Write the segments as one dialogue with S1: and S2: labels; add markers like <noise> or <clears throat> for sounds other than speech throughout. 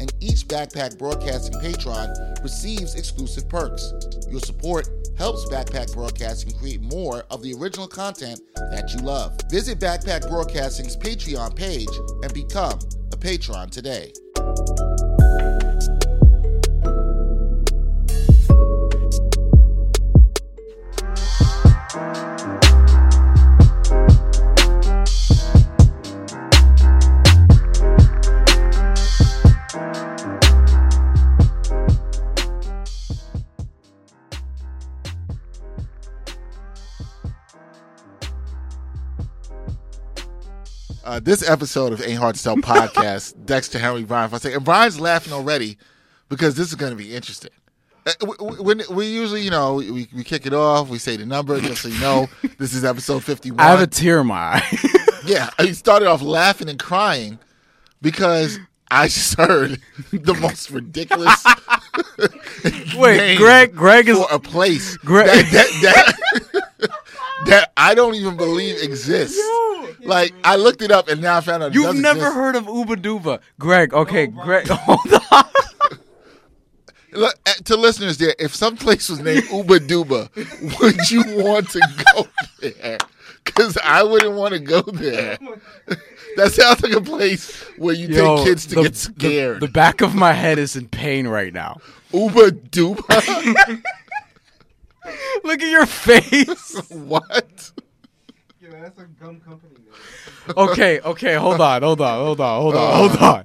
S1: and each Backpack Broadcasting patron receives exclusive perks. Your support helps Backpack Broadcasting create more of the original content that you love. Visit Backpack Broadcasting's Patreon page and become a patron today. Uh, this episode of Ain't Hard to Sell
S2: <laughs>
S1: podcast, Dexter Henry Brian Fonseca. And Brian's laughing already because this is going to be interesting. Uh, w- w- When we usually, you know, we, we kick it off, we say the number, just so you
S2: <laughs>
S1: know, this is episode 51.
S2: I have a tear in my eye. <laughs>
S1: <laughs> yeah, I started off laughing and crying because I just <laughs> heard the most ridiculous
S2: <laughs> Wait,
S1: name
S2: Greg. Greg is
S1: for a place
S2: Greg-
S1: that, that, that, <laughs> that I don't even believe exists. Like I looked it up and now I found out it
S2: You've
S1: does
S2: never
S1: exist.
S2: heard of Uba Duba. Greg,
S1: Oh
S2: okay, Greg, <laughs> hold on.
S1: Look, uh, to listeners there, if some place was named Uba Duba, <laughs> would you want to go there? Because I wouldn't want to go there. <laughs> That sounds like a place where you <laughs> take kids to
S2: the-
S1: get
S2: the-
S1: scared. <laughs>
S2: The, back of my head is in pain right now.
S1: Uba Duba?
S2: <laughs> Look at your face. <laughs>
S1: what?
S2: okay, okay, hold on, hold on, hold on, hold on, hold
S1: Uh.
S2: on.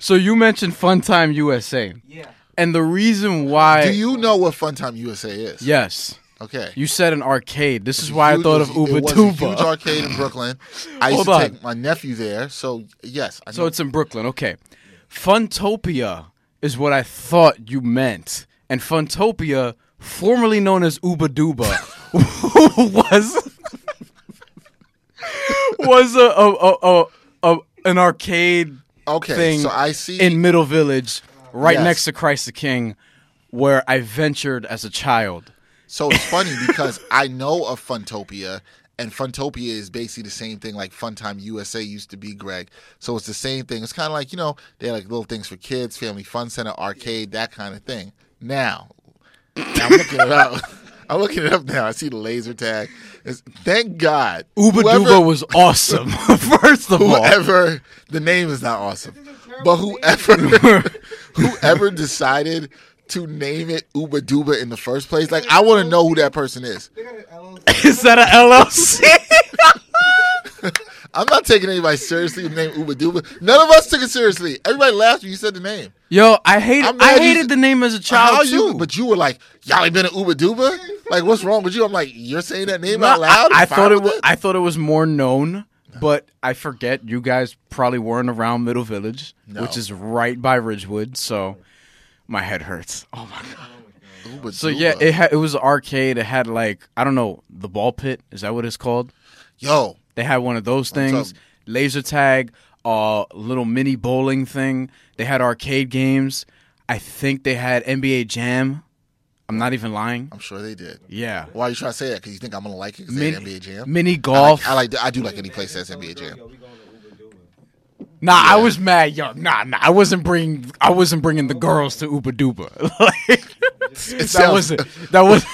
S2: So you mentioned Fun Time USA. Yeah. And the reason why
S1: Do you know what Funtime USA is?
S2: Yes.
S1: Okay.
S2: You said an arcade. This is why I thought of
S1: It was-
S2: Uba
S1: it was a huge
S2: Duba.
S1: arcade
S2: <laughs>
S1: in Brooklyn. I used
S2: Hold
S1: to
S2: on.
S1: take my nephew there. So yes, I know.
S2: So it's in Brooklyn, okay. Funtopia is what I thought you meant. And Funtopia, formerly known as Uba Duba, <laughs> was <laughs> was a, a, a, a, a an arcade
S1: Okay,
S2: thing
S1: so I see-
S2: in Middle Village, right
S1: Yes.
S2: next to Christ the King, where I ventured as a child.
S1: So it's funny because <laughs> I know of Funtopia, and Funtopia is basically the same thing like Funtime USA used to be, Greg. So it's the same thing. It's kind of like, you know, they had like little things for kids, family fun center, arcade, that kind of thing. Now, I'm looking it up. <laughs> I'm looking it up now. I see the laser tag. It's, thank God.
S2: Uba
S1: Whoever-
S2: Duba was awesome. <laughs> First of all,
S1: whoever the name is not awesome, but whoever <laughs> whoever decided to name it Uba Duba in the first place, like I want to know who that person is.
S2: is that
S1: <laughs>
S2: an LLC?
S1: I'm not taking anybody seriously with the name Uba Duba. None of us took it seriously. Everybody laughed when you said the name.
S2: Yo, I hate
S1: I'm
S2: I
S1: mad you-
S2: hated the name as a child
S1: How
S2: too.
S1: you? But you were like, y'all ain't been an Uba Duba. Like, what's wrong with you? I'm like, you're saying that name
S2: No,
S1: out loud.
S2: I, I
S1: Fine
S2: thought it
S1: with
S2: was I thought it was more known, but I forget you guys probably weren't around Middle Village, which is right by Ridgewood, so my head hurts. Oh my god.
S1: Uba
S2: So
S1: Duba.
S2: yeah, it had, it was an arcade. It had like I don't know the ball pit. Is that what it's called?
S1: yo,
S2: They had one of those
S1: I'm
S2: things.
S1: talking-
S2: Laser tag, uh, little mini bowling thing. They had arcade games. I think they had NBA Jam. I'm not even lying.
S1: I'm sure they did.
S2: Yeah.
S1: Why are you trying to say that? Because you think I'm gonna like it? Because
S2: Mini,
S1: NBA Jam.
S2: mini
S1: I like-
S2: golf.
S1: I like. I, do like any place that's NBA Jam.
S2: Nah, I was mad, yo. Nah, nah, I wasn't bringing, I wasn't bringing the girls to Uba Duba. <laughs> like,
S1: It
S2: <laughs> that
S1: sounds-
S2: wasn't, that was,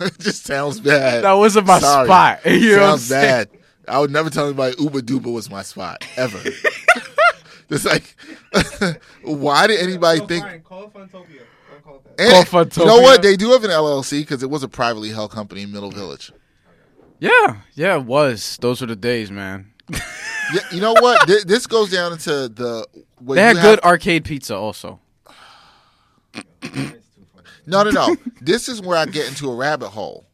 S1: it <laughs> just sounds bad.
S2: That wasn't my
S1: Sorry.
S2: spot. <laughs> You know what I'm
S1: sounds
S2: saying?
S1: bad. I would never tell anybody Uba Duba was my spot ever.
S2: <laughs>
S1: it's like, <laughs> why did anybody think?
S3: Call it Funtopia. Don't call it that.
S1: Eh,
S2: Called
S1: you know
S2: Funtopia.
S1: what? They do have an LLC because it was a privately held company in Middle Village.
S2: <laughs> yeah, yeah, it was. Those were the days, man.
S1: Yeah, you know what? Th- this goes down into the. what
S2: They
S1: you
S2: had
S1: have-
S2: good arcade pizza also.
S1: No, no,
S2: <laughs>
S1: no. this is where I get into a rabbit hole,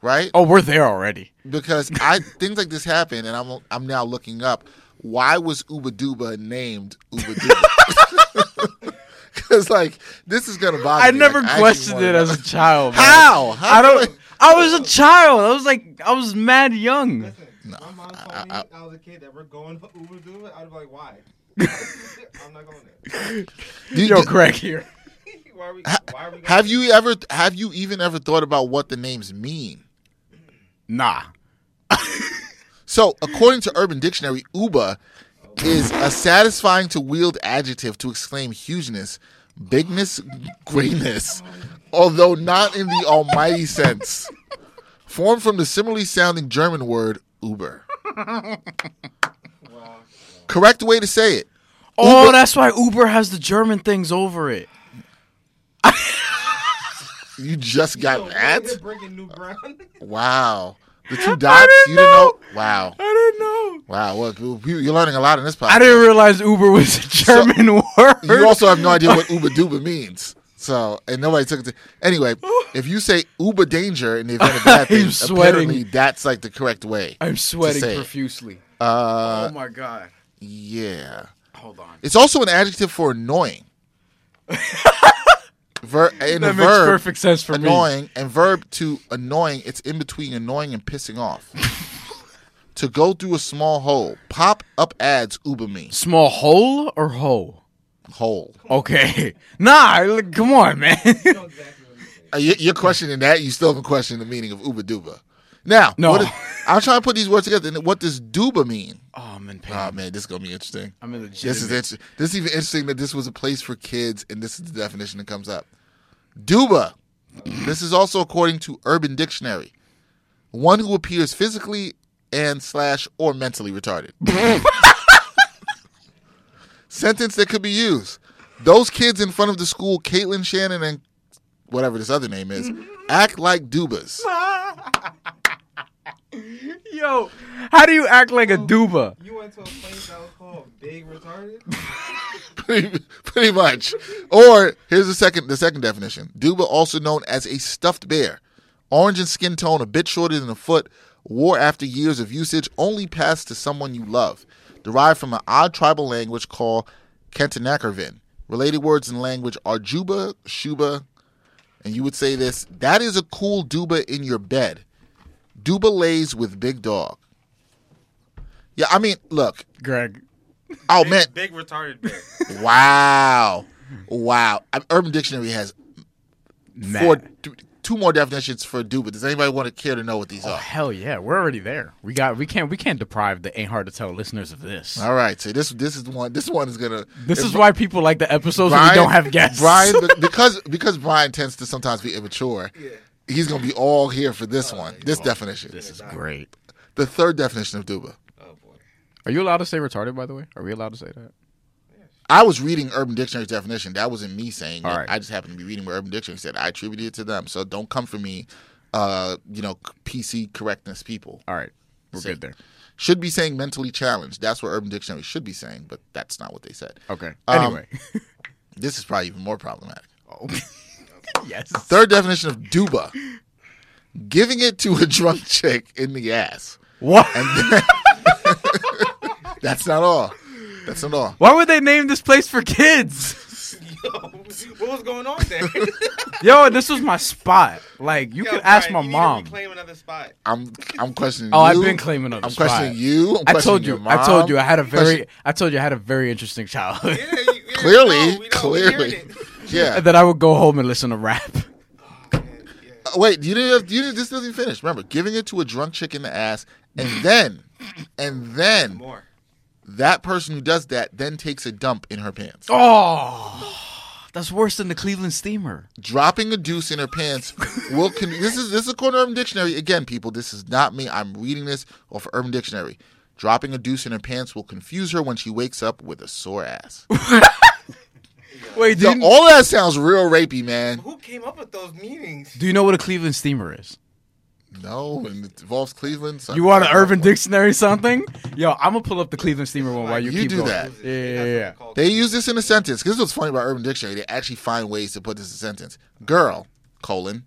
S1: right?
S2: Oh, we're there already.
S1: because I things like this happen, and I'm I'm now looking up why was Uba Duba named Uba Duba? <laughs>
S2: <laughs>
S1: Because like this is gonna bother.
S2: I
S1: me.
S2: never
S1: Like, actually
S2: questioned
S1: wanna
S2: it
S1: know.
S2: as a child. man.
S1: How? How
S2: I
S1: do
S2: don't.
S1: I-
S2: I was a child. I was like, I was mad young.
S3: My mom told me I, was a kid that we're going for Uber Duba. I'd be like, why? <laughs> I'm not going there.
S1: Do-
S2: <laughs> Yo,
S1: do-
S2: Greg here.
S3: Why are we? Why are we? Going
S1: have you ever have you even ever thought about what the names mean?
S2: Nah.
S1: So according to Urban Dictionary, Uba is a satisfying to wield adjective to exclaim hugeness, bigness, greatness, although not in the almighty sense. Formed from the similarly sounding German word Uber. Correct way to say it.
S2: Oh, that's why Uber has the German things over it.
S1: You just got that?
S3: You're breaking new ground. <laughs>
S1: Wow. The two dots, you didn't know? Wow.
S2: I didn't know.
S1: Wow. Well, you- you're learning a lot in this podcast.
S2: I didn't realize Uber was a German <laughs> word.
S1: You also have no idea
S2: <laughs>
S1: what Uber Duba means. So, and nobody took it. To,
S2: <laughs>
S1: anyway, if you say Uber danger in the event of bad
S2: I'm
S1: things,
S2: sweating.
S1: apparently that's like the correct way.
S2: I'm sweating
S1: say uh, it.
S2: profusely. oh my god.
S1: yeah.
S2: Hold on.
S1: It's also an adjective for
S2: <laughs>
S1: annoying. Ver- in
S2: That
S1: a
S2: makes
S1: verb,
S2: perfect sense for me.
S1: annoying, and verb to annoying, it's in between annoying and pissing
S2: <laughs>
S1: off. to go through a small hole. Pop up ads Uber me.
S2: Small hole or hole?
S1: Hole.
S2: Okay. <laughs> Nah, look, come
S1: <laughs>
S2: on, man. Oh,
S1: Uh, you- You're questioning that. You still haven't questioned the meaning of Uba Duba. Now,
S2: No.
S1: what is- I'm trying to put these words together. And what does Duba mean?
S2: oh, I'm in pain.
S1: Oh man, this is gonna be interesting.
S2: I'm in legit.
S1: This is interesting. This is even interesting that this was a place for kids, and this is the definition that comes up. Duba. This is also according to Urban Dictionary, one who appears physically and slash or mentally retarded.
S2: <laughs>
S1: Sentence that could be used. Those kids in front of the school, Caitlin Shannon and whatever this other name
S2: <laughs>
S1: is, act like Dubas.
S2: Yo, how do you act like a duba?
S3: You went to a place that was called Big Retarded.
S1: pretty, pretty much. Or here's the second the second definition. Duba, also known as a stuffed bear, orange in skin tone, a bit shorter than a foot, wore after years of usage, only passed to someone you love. Derived from an odd tribal language called Kantanakarvin. Related words in language are Juba, Shuba, and you would say this. That is a cool Duba in your bed. Duba lays with big dog. Yeah, I mean, look.
S2: Greg.
S1: Oh man,
S3: Big Retarded Bear. <laughs>
S1: Wow. Wow. I- Urban Dictionary has four, th- two more definitions for duba. Does anybody want to care to know what these
S2: Oh,
S1: are?
S2: hell yeah, we're already there. We got we can't we can't deprive the ain't hard to tell listeners of this.
S1: All right. So this this is the one this one is gonna
S2: This
S1: if
S2: is why people like the episodes where we don't have guests. <laughs>
S1: Brian be- because because Brian tends to sometimes be immature. He's gonna be all here for
S2: Oh,
S1: this one. This definition.
S2: this is great.
S1: the third definition of duba.
S3: Oh boy.
S2: Are you allowed to say retarded by the way? Are we allowed to say that?
S1: I was reading Urban Dictionary's definition. That wasn't me saying
S2: All
S1: it.
S2: right.
S1: I just happened to be reading what Urban Dictionary said. I attributed it to them. So don't come for me, uh, you know, PC correctness people.
S2: All right. We're
S1: Say-
S2: good there.
S1: should be saying mentally challenged. That's what Urban Dictionary should be saying, but that's not what they said.
S2: Okay.
S1: Um,
S2: Anyway. <laughs>
S1: This is probably even more problematic.
S2: yes.
S1: Third definition of duba giving it to a drunk chick in the ass.
S2: What?
S1: That's not all. That's not all.
S3: <laughs>
S2: Why would they name this place for kids?
S3: Oh, what was going on there?
S2: Yo, this was my spot. Like you
S3: <laughs> Yo,
S2: could ask
S3: Brian,
S2: my
S3: you need to
S2: mom.
S3: reclaim another spot.
S1: I'm I'm questioning.
S2: Oh,
S1: you.
S2: I've been claiming on the
S1: I'm questioning
S2: spot.
S1: you. I'm
S2: I
S1: questioning
S2: told
S1: your
S2: you. I told
S1: mom.
S2: you. I had a very.
S1: Question-
S2: I told you I had a very interesting childhood.
S3: <laughs>
S2: <laughs>
S3: Yeah, you, yeah,
S1: clearly,
S3: we know, we know, we hearing
S1: clearly.
S3: it.
S1: Yeah.
S2: and then I would go home and listen
S1: <laughs>
S2: to rap.
S1: Uh, Wait, you didn't. Have, you didn't, this doesn't finish. Remember, giving it to a drunk chick in the ass, and then, and then
S3: More.
S1: that person who does that then takes a dump in her pants,
S2: Oh, <sighs> that's worse than the Cleveland Steamer.
S1: dropping a deuce in her pants. Will con- this is this is according to Urban Dictionary again, people. This is not me. I'm reading this off of Urban Dictionary. Dropping a deuce in her pants will confuse her when she wakes up with a sore
S2: <laughs>
S1: ass.
S2: Wait, do
S1: Yo,
S2: you,
S1: all that sounds real rapey, man.
S3: Who came up with those meetings?
S2: do you know what a Cleveland Steamer is?
S1: No, and it involves Cleveland. So
S2: You want an Urban Dictionary something? Yo, I'm gonna pull up the Cleveland Steamer one while you,
S1: You
S2: keep
S1: do
S2: going.
S1: that.
S2: Yeah, yeah, yeah, yeah.
S1: They use this in a sentence. 'Cause This is what's funny about Urban Dictionary. They actually find ways to put this in a sentence. Girl, colon,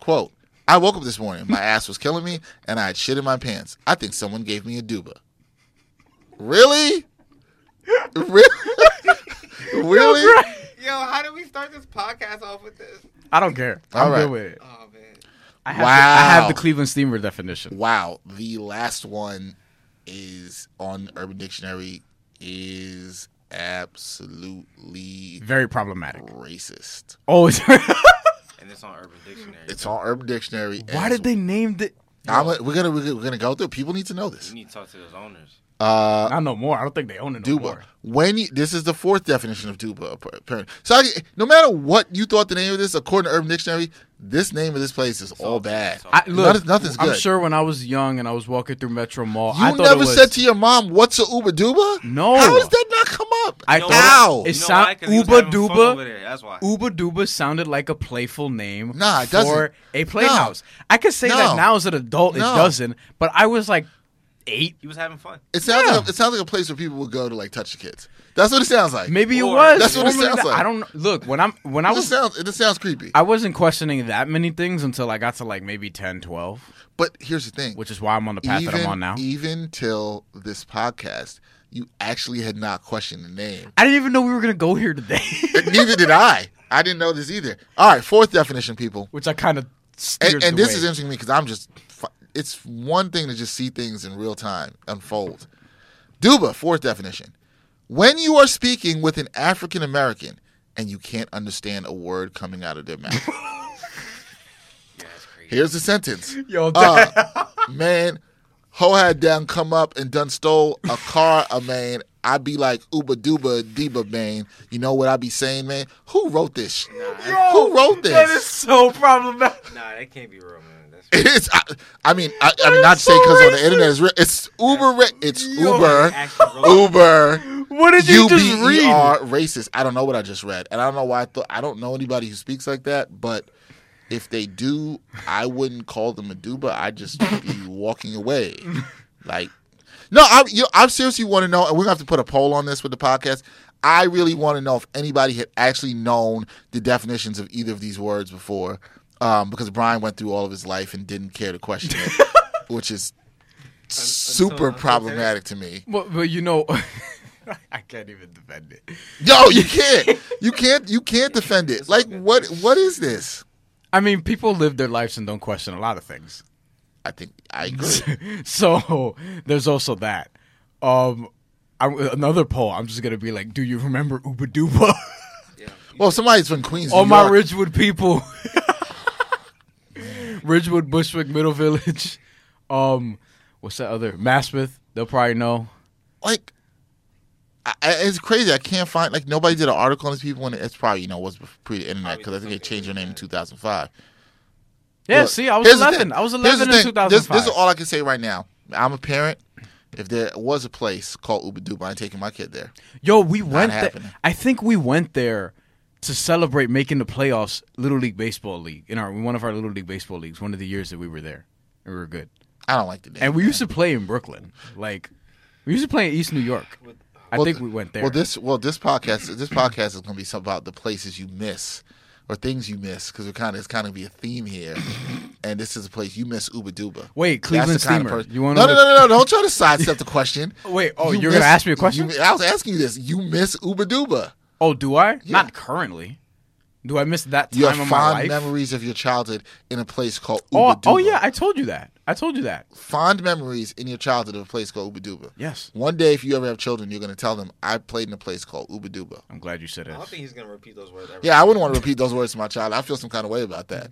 S1: quote, I woke up this morning. My ass was killing me, and I had shit in my pants. I think someone gave me a duba. Really? <laughs> Really?
S2: <laughs>
S1: really?
S3: Yo, how did we start this podcast off with this?
S2: I don't care. I'm
S1: All right.
S2: good with it.
S3: Oh man.
S2: I have, the, I have
S1: Wow.
S2: the Cleveland Steamer definition.
S1: Wow. The last one is on Urban Dictionary is absolutely
S2: Very problematic.
S1: racist.
S2: Oh, <laughs> it's-
S3: And it's on Urban Dictionary.
S1: It's on Urban Dictionary. and
S2: why
S1: it's
S2: did they name it?
S1: I'm gonna- we're gonna we're gonna go through. People need to know this.
S3: You need to talk to those owners. Uh,
S2: I know more. I don't think they own it no
S1: Duba.
S2: more.
S1: When you, this is the fourth definition of Duba, app- apparently. So I, no matter what you thought the name of this, according to Urban Dictionary, this name of this place is all bad.
S2: I, look,
S1: Nothing- nothing's good.
S2: I'm sure when I was young and I was walking through Metro Mall,
S1: you
S2: I thought
S1: never
S2: it was,
S1: said to your mom, "What's a Uber Duba?"
S2: No.
S1: How does that not come up?
S2: I
S3: know
S1: Ow.
S2: thought it, it
S3: You know
S2: sound-
S3: why? 'Cause he was
S2: Uba
S3: having fun over
S2: Duba.
S3: there, that's why.
S2: Uba Duba sounded like a playful name
S1: Nah, it doesn't.
S2: for a playhouse. I could say
S1: No.
S2: that now as an adult,
S1: No.
S2: it doesn't. But I was like eight.
S3: He was having fun.
S1: it sounds like a, it sounds like a place where people would go to like touch the kids. That's what it sounds like.
S2: Maybe
S3: Or-
S2: it was.
S1: That's what it
S2: Formerly
S1: sounds
S2: that-
S1: like.
S2: I don't know. look when I'm when I
S1: it just
S2: was
S1: sounds it just sounds creepy.
S2: I wasn't questioning that many things until I got to like maybe 10, 12,
S1: but here's the thing,
S2: which is why I'm on the path that I'm on now.
S1: even till this podcast, you actually had not questioned the name.
S2: I didn't even know we were gonna go here today, <laughs>
S1: Neither did I. I didn't know this either. All right, fourth definition, people.
S2: which I kind of
S1: And, and this is interesting to me because I'm just, fu- it's one thing to just see things in real time unfold. Duba, fourth definition. When you are speaking with an African American and you can't understand a word coming out of their
S2: <laughs>
S1: mouth. Here's the sentence.
S2: <laughs> yo. that-
S1: Uh, man, ho had down come up and done stole a car, a man. I be like Uba Duba Deba man. You know what I be saying, man? Who wrote this? sh- Who wrote this?
S2: That is so problematic.
S3: Nah, that can't be real, man. That's <laughs>
S1: it's, I, I mean, I, I mean, not to say because on the internet is real. It's Uber. ra- It's Uber.
S3: actually real.
S1: Uber.
S2: What did you
S1: U B
S2: just
S1: E
S2: read?
S1: R racist. I don't know what I just read, and I don't know why I thought I don't know anybody who speaks like that. But if they do, I wouldn't call them a duba. I'd just be
S2: <laughs>
S1: walking away. Like, no, I you know, I seriously want to know, and we're gonna have to put a poll on this with the podcast. I really want to know if anybody had actually known the definitions of either of these words before, um, because Brian went through all of his life and didn't care to question it,
S2: <laughs>
S1: which is super
S3: until today.
S1: problematic to me.
S2: But, but you know, <laughs> I can't even defend it.
S1: Yo, you can't. You can't. You can't defend it. Like what? What is this?
S2: I mean, people live their lives and don't question a lot of things.
S1: I think I agree.
S2: So <laughs> there's also that. Um, I, another poll. I'm just gonna be like, do you remember Uba Duba? <laughs>
S1: Well, somebody's from Queens.
S2: All
S1: New
S2: my
S1: York.
S2: Ridgewood people, <laughs> Ridgewood, Bushwick, Middle Village. Um, what's that other? Maspeth. They'll probably know.
S1: like, I, I- it's crazy. I can't find like nobody did an article on these people, and it's probably you know was pre the internet because I think they changed their name in 2005.
S2: Yeah.
S1: Look,
S2: see, I was
S1: here's the thing.
S2: eleven. I was
S1: Here's the
S2: eleven in
S1: thing.
S2: two
S1: This,
S2: thousand
S1: this is
S2: five.
S1: all I can say right now. I'm a parent. If there was a place called Uber Duba, I'm taking my kid there.
S2: Yo, we went there.
S1: happening.
S2: I think we went there to celebrate making the playoffs, Little League Baseball League in our one of our Little League Baseball leagues. One of the years that we were there, and we were good.
S1: I don't like the name.
S2: And we used to play in Brooklyn. Like we used to play in East New York. I think we went there.
S1: Well, this well this podcast this podcast is going to be something about the places you miss or things you miss because we're kind of it's kind of be a theme
S2: <coughs>
S1: here, and this is a place you miss Uba Duba.
S2: Wait, Cleveland Steamer.
S1: You
S2: You
S1: want
S2: wanna
S1: no, no,
S2: know
S1: no, no, no! Don't try to sidestep the question.
S2: <laughs> Wait, oh, you're gonna ask me a question?
S1: you- I was asking you this. You miss Uba Duba.
S2: oh, do I? Not currently. Do I miss that time
S1: You
S2: of
S1: have
S2: my
S1: fond
S2: life?
S1: memories of your childhood in a place called
S2: oh,
S1: Uba
S2: oh
S1: Duba.
S2: yeah, I told you that. I told you that.
S1: Fond memories in your childhood of a place called Uba Duba.
S2: Yes.
S1: One day, if you ever have children, you're going to tell them, I played in a place called Uba Duba.
S2: I'm glad you said it.
S3: I don't think he's gonna repeat those words. Ever.
S1: Yeah, I wouldn't want to repeat those words to my child. I feel some kind of way about that.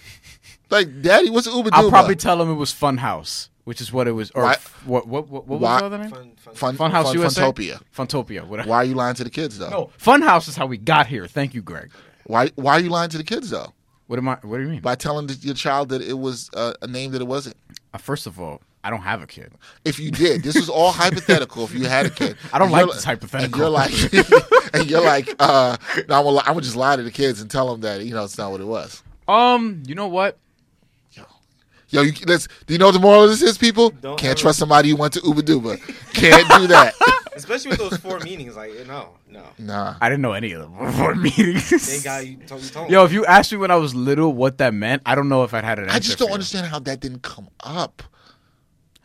S1: <clears throat> like, Daddy, what's Uba Duba?
S2: I'll probably tell him it was Funhouse, which is what it was. Or
S1: Why-
S2: f- what what what, what
S1: Why-
S2: was the other name?
S3: Fun, fun.
S1: Fun,
S2: Funhouse
S1: Fun-
S2: USA.
S1: Funtopia.
S2: Funtopia. Whatever.
S1: Why are you lying to the kids, though?
S2: No, Funhouse is how we got here. Thank you, Greg.
S1: Why, why are you lying to the kids, though?
S2: What am I? What do you mean?
S1: By telling th- your child that it was uh, a name that it wasn't.
S2: Uh, first of all, I don't have a kid.
S1: If you did, this is all hypothetical. If you had a kid,
S2: <laughs> I don't
S1: And
S2: like
S1: you're-
S2: this hypothetical.
S1: And you're like, <laughs> and you're like, uh, no, I'm gonna, li- I'm gonna just lie to the kids and tell them that you know it's not what it was.
S2: Um, you know what?
S1: Yo, you, let's. Do you know what the moral of this is, people?
S3: Don't
S1: Can't
S3: ever-
S1: trust somebody who went to Uba Duba. Can't do that.
S3: Especially with those
S2: <laughs>
S3: four meanings, like no, no.
S1: nah.
S2: I didn't know any of <laughs> them before meetings.
S3: They got you. Told, you told
S2: Yo, <laughs>
S3: him.
S2: if you asked me when I was little what that meant, I don't know if I'd had an answer.
S1: I just
S2: for
S1: don't
S2: you.
S1: understand how that didn't come up.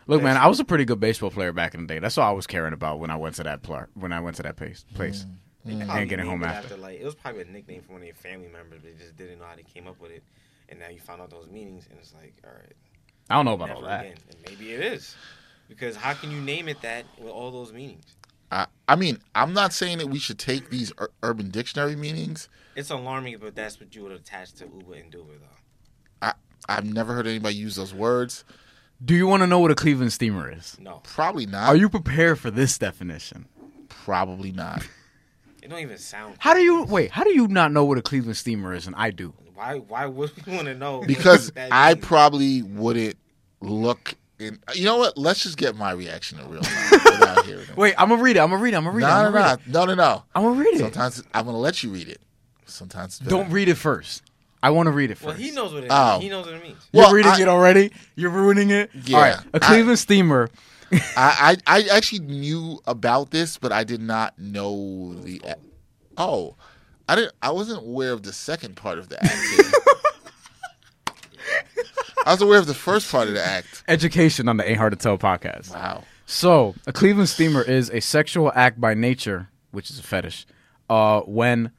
S2: Look, man, I was a pretty good baseball player back in the day. That's all I was caring about when I went to that pl- when I went to that place. place.
S1: Mm.
S3: They
S2: And
S3: probably
S2: getting
S3: named
S2: home
S3: it
S2: after.
S3: Like it was probably a nickname for one of your family members, but they just didn't know how they came up with it. And now you found out those meanings, and it's like, all right,
S2: I don't know about all
S3: never
S2: that.
S3: again. And maybe it is, because how can you name it that with all those meanings?
S1: I, I mean, I'm not saying that we should take these ur- Urban Dictionary meanings.
S3: It's alarming, but that's what you would attach to Uber and Duba, though.
S1: I, I've never heard anybody use those words.
S2: Do you want to know what a Cleveland steamer is?
S3: No,
S1: Probably not.
S2: Are you prepared for this definition?
S1: Probably
S2: <laughs>
S1: not.
S3: it don't even sound.
S2: How do you wait? How do you not know what a Cleveland steamer is? And I do.
S3: Why? Why would we <laughs> want to know?
S1: because
S3: what that
S1: I
S3: means?
S1: probably wouldn't look in. You know what? Let's just get my reaction in real
S2: <laughs>
S1: time without hearing it.
S2: Wait, I'm gonna read it. I'm gonna read it. I'm gonna read it.
S1: no,
S2: I'm
S1: no, no,
S2: gonna read it.
S1: no, no, no.
S2: I'm gonna read it.
S1: Sometimes I'm gonna let you read it. Sometimes it's better.
S2: Don't read it first. I want to read it first.
S3: Well, he knows what it means.
S1: Oh.
S3: He knows what it means.
S2: You're
S1: Well,
S2: reading
S1: I-
S2: it already. You're ruining it.
S1: Yeah,
S2: All right. A
S1: I-
S2: Cleveland steamer.
S1: I, I, I actually knew about this, but I did not know the. Oh, I didn't. I wasn't aware of the second part of the act. here. I was aware of the first part of the act.
S2: Education on the Ain't Hard to Tell podcast.
S1: Wow.
S2: So, a Cleveland steamer is a sexual act by nature, which is a fetish, uh, when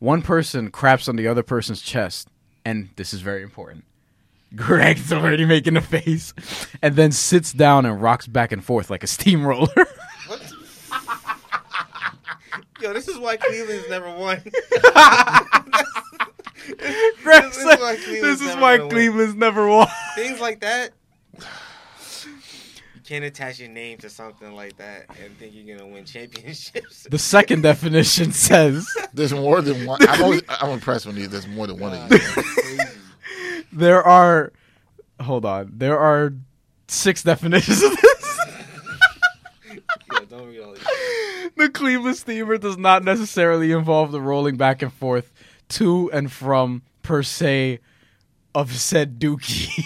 S2: one person craps on the other person's chest, and this is very important. <laughs> Greg's already making a face, and then sits down and rocks back and forth like a steamroller. <laughs>
S3: Yo, this is why Cleveland's never won.
S2: Greg
S3: This is
S2: said,
S3: why
S2: this
S3: Cleveland's
S2: is
S3: never
S2: why
S3: gonna win."
S2: Cleveland's never won.
S3: <laughs>
S2: <laughs>
S3: Things like that. You can't attach your name to something like that and think you're gonna
S1: <laughs>
S3: win championships.
S2: The second definition
S3: <laughs>
S2: says.
S1: There's more than one. I'm, always, I'm impressed when you, there's more than one of you.
S2: There are, hold on. There are six definitions of this.
S3: <laughs> Yo, don't read all these.
S2: the Cleveland steamer does not necessarily involve the rolling back and forth to and from per se of said dookie.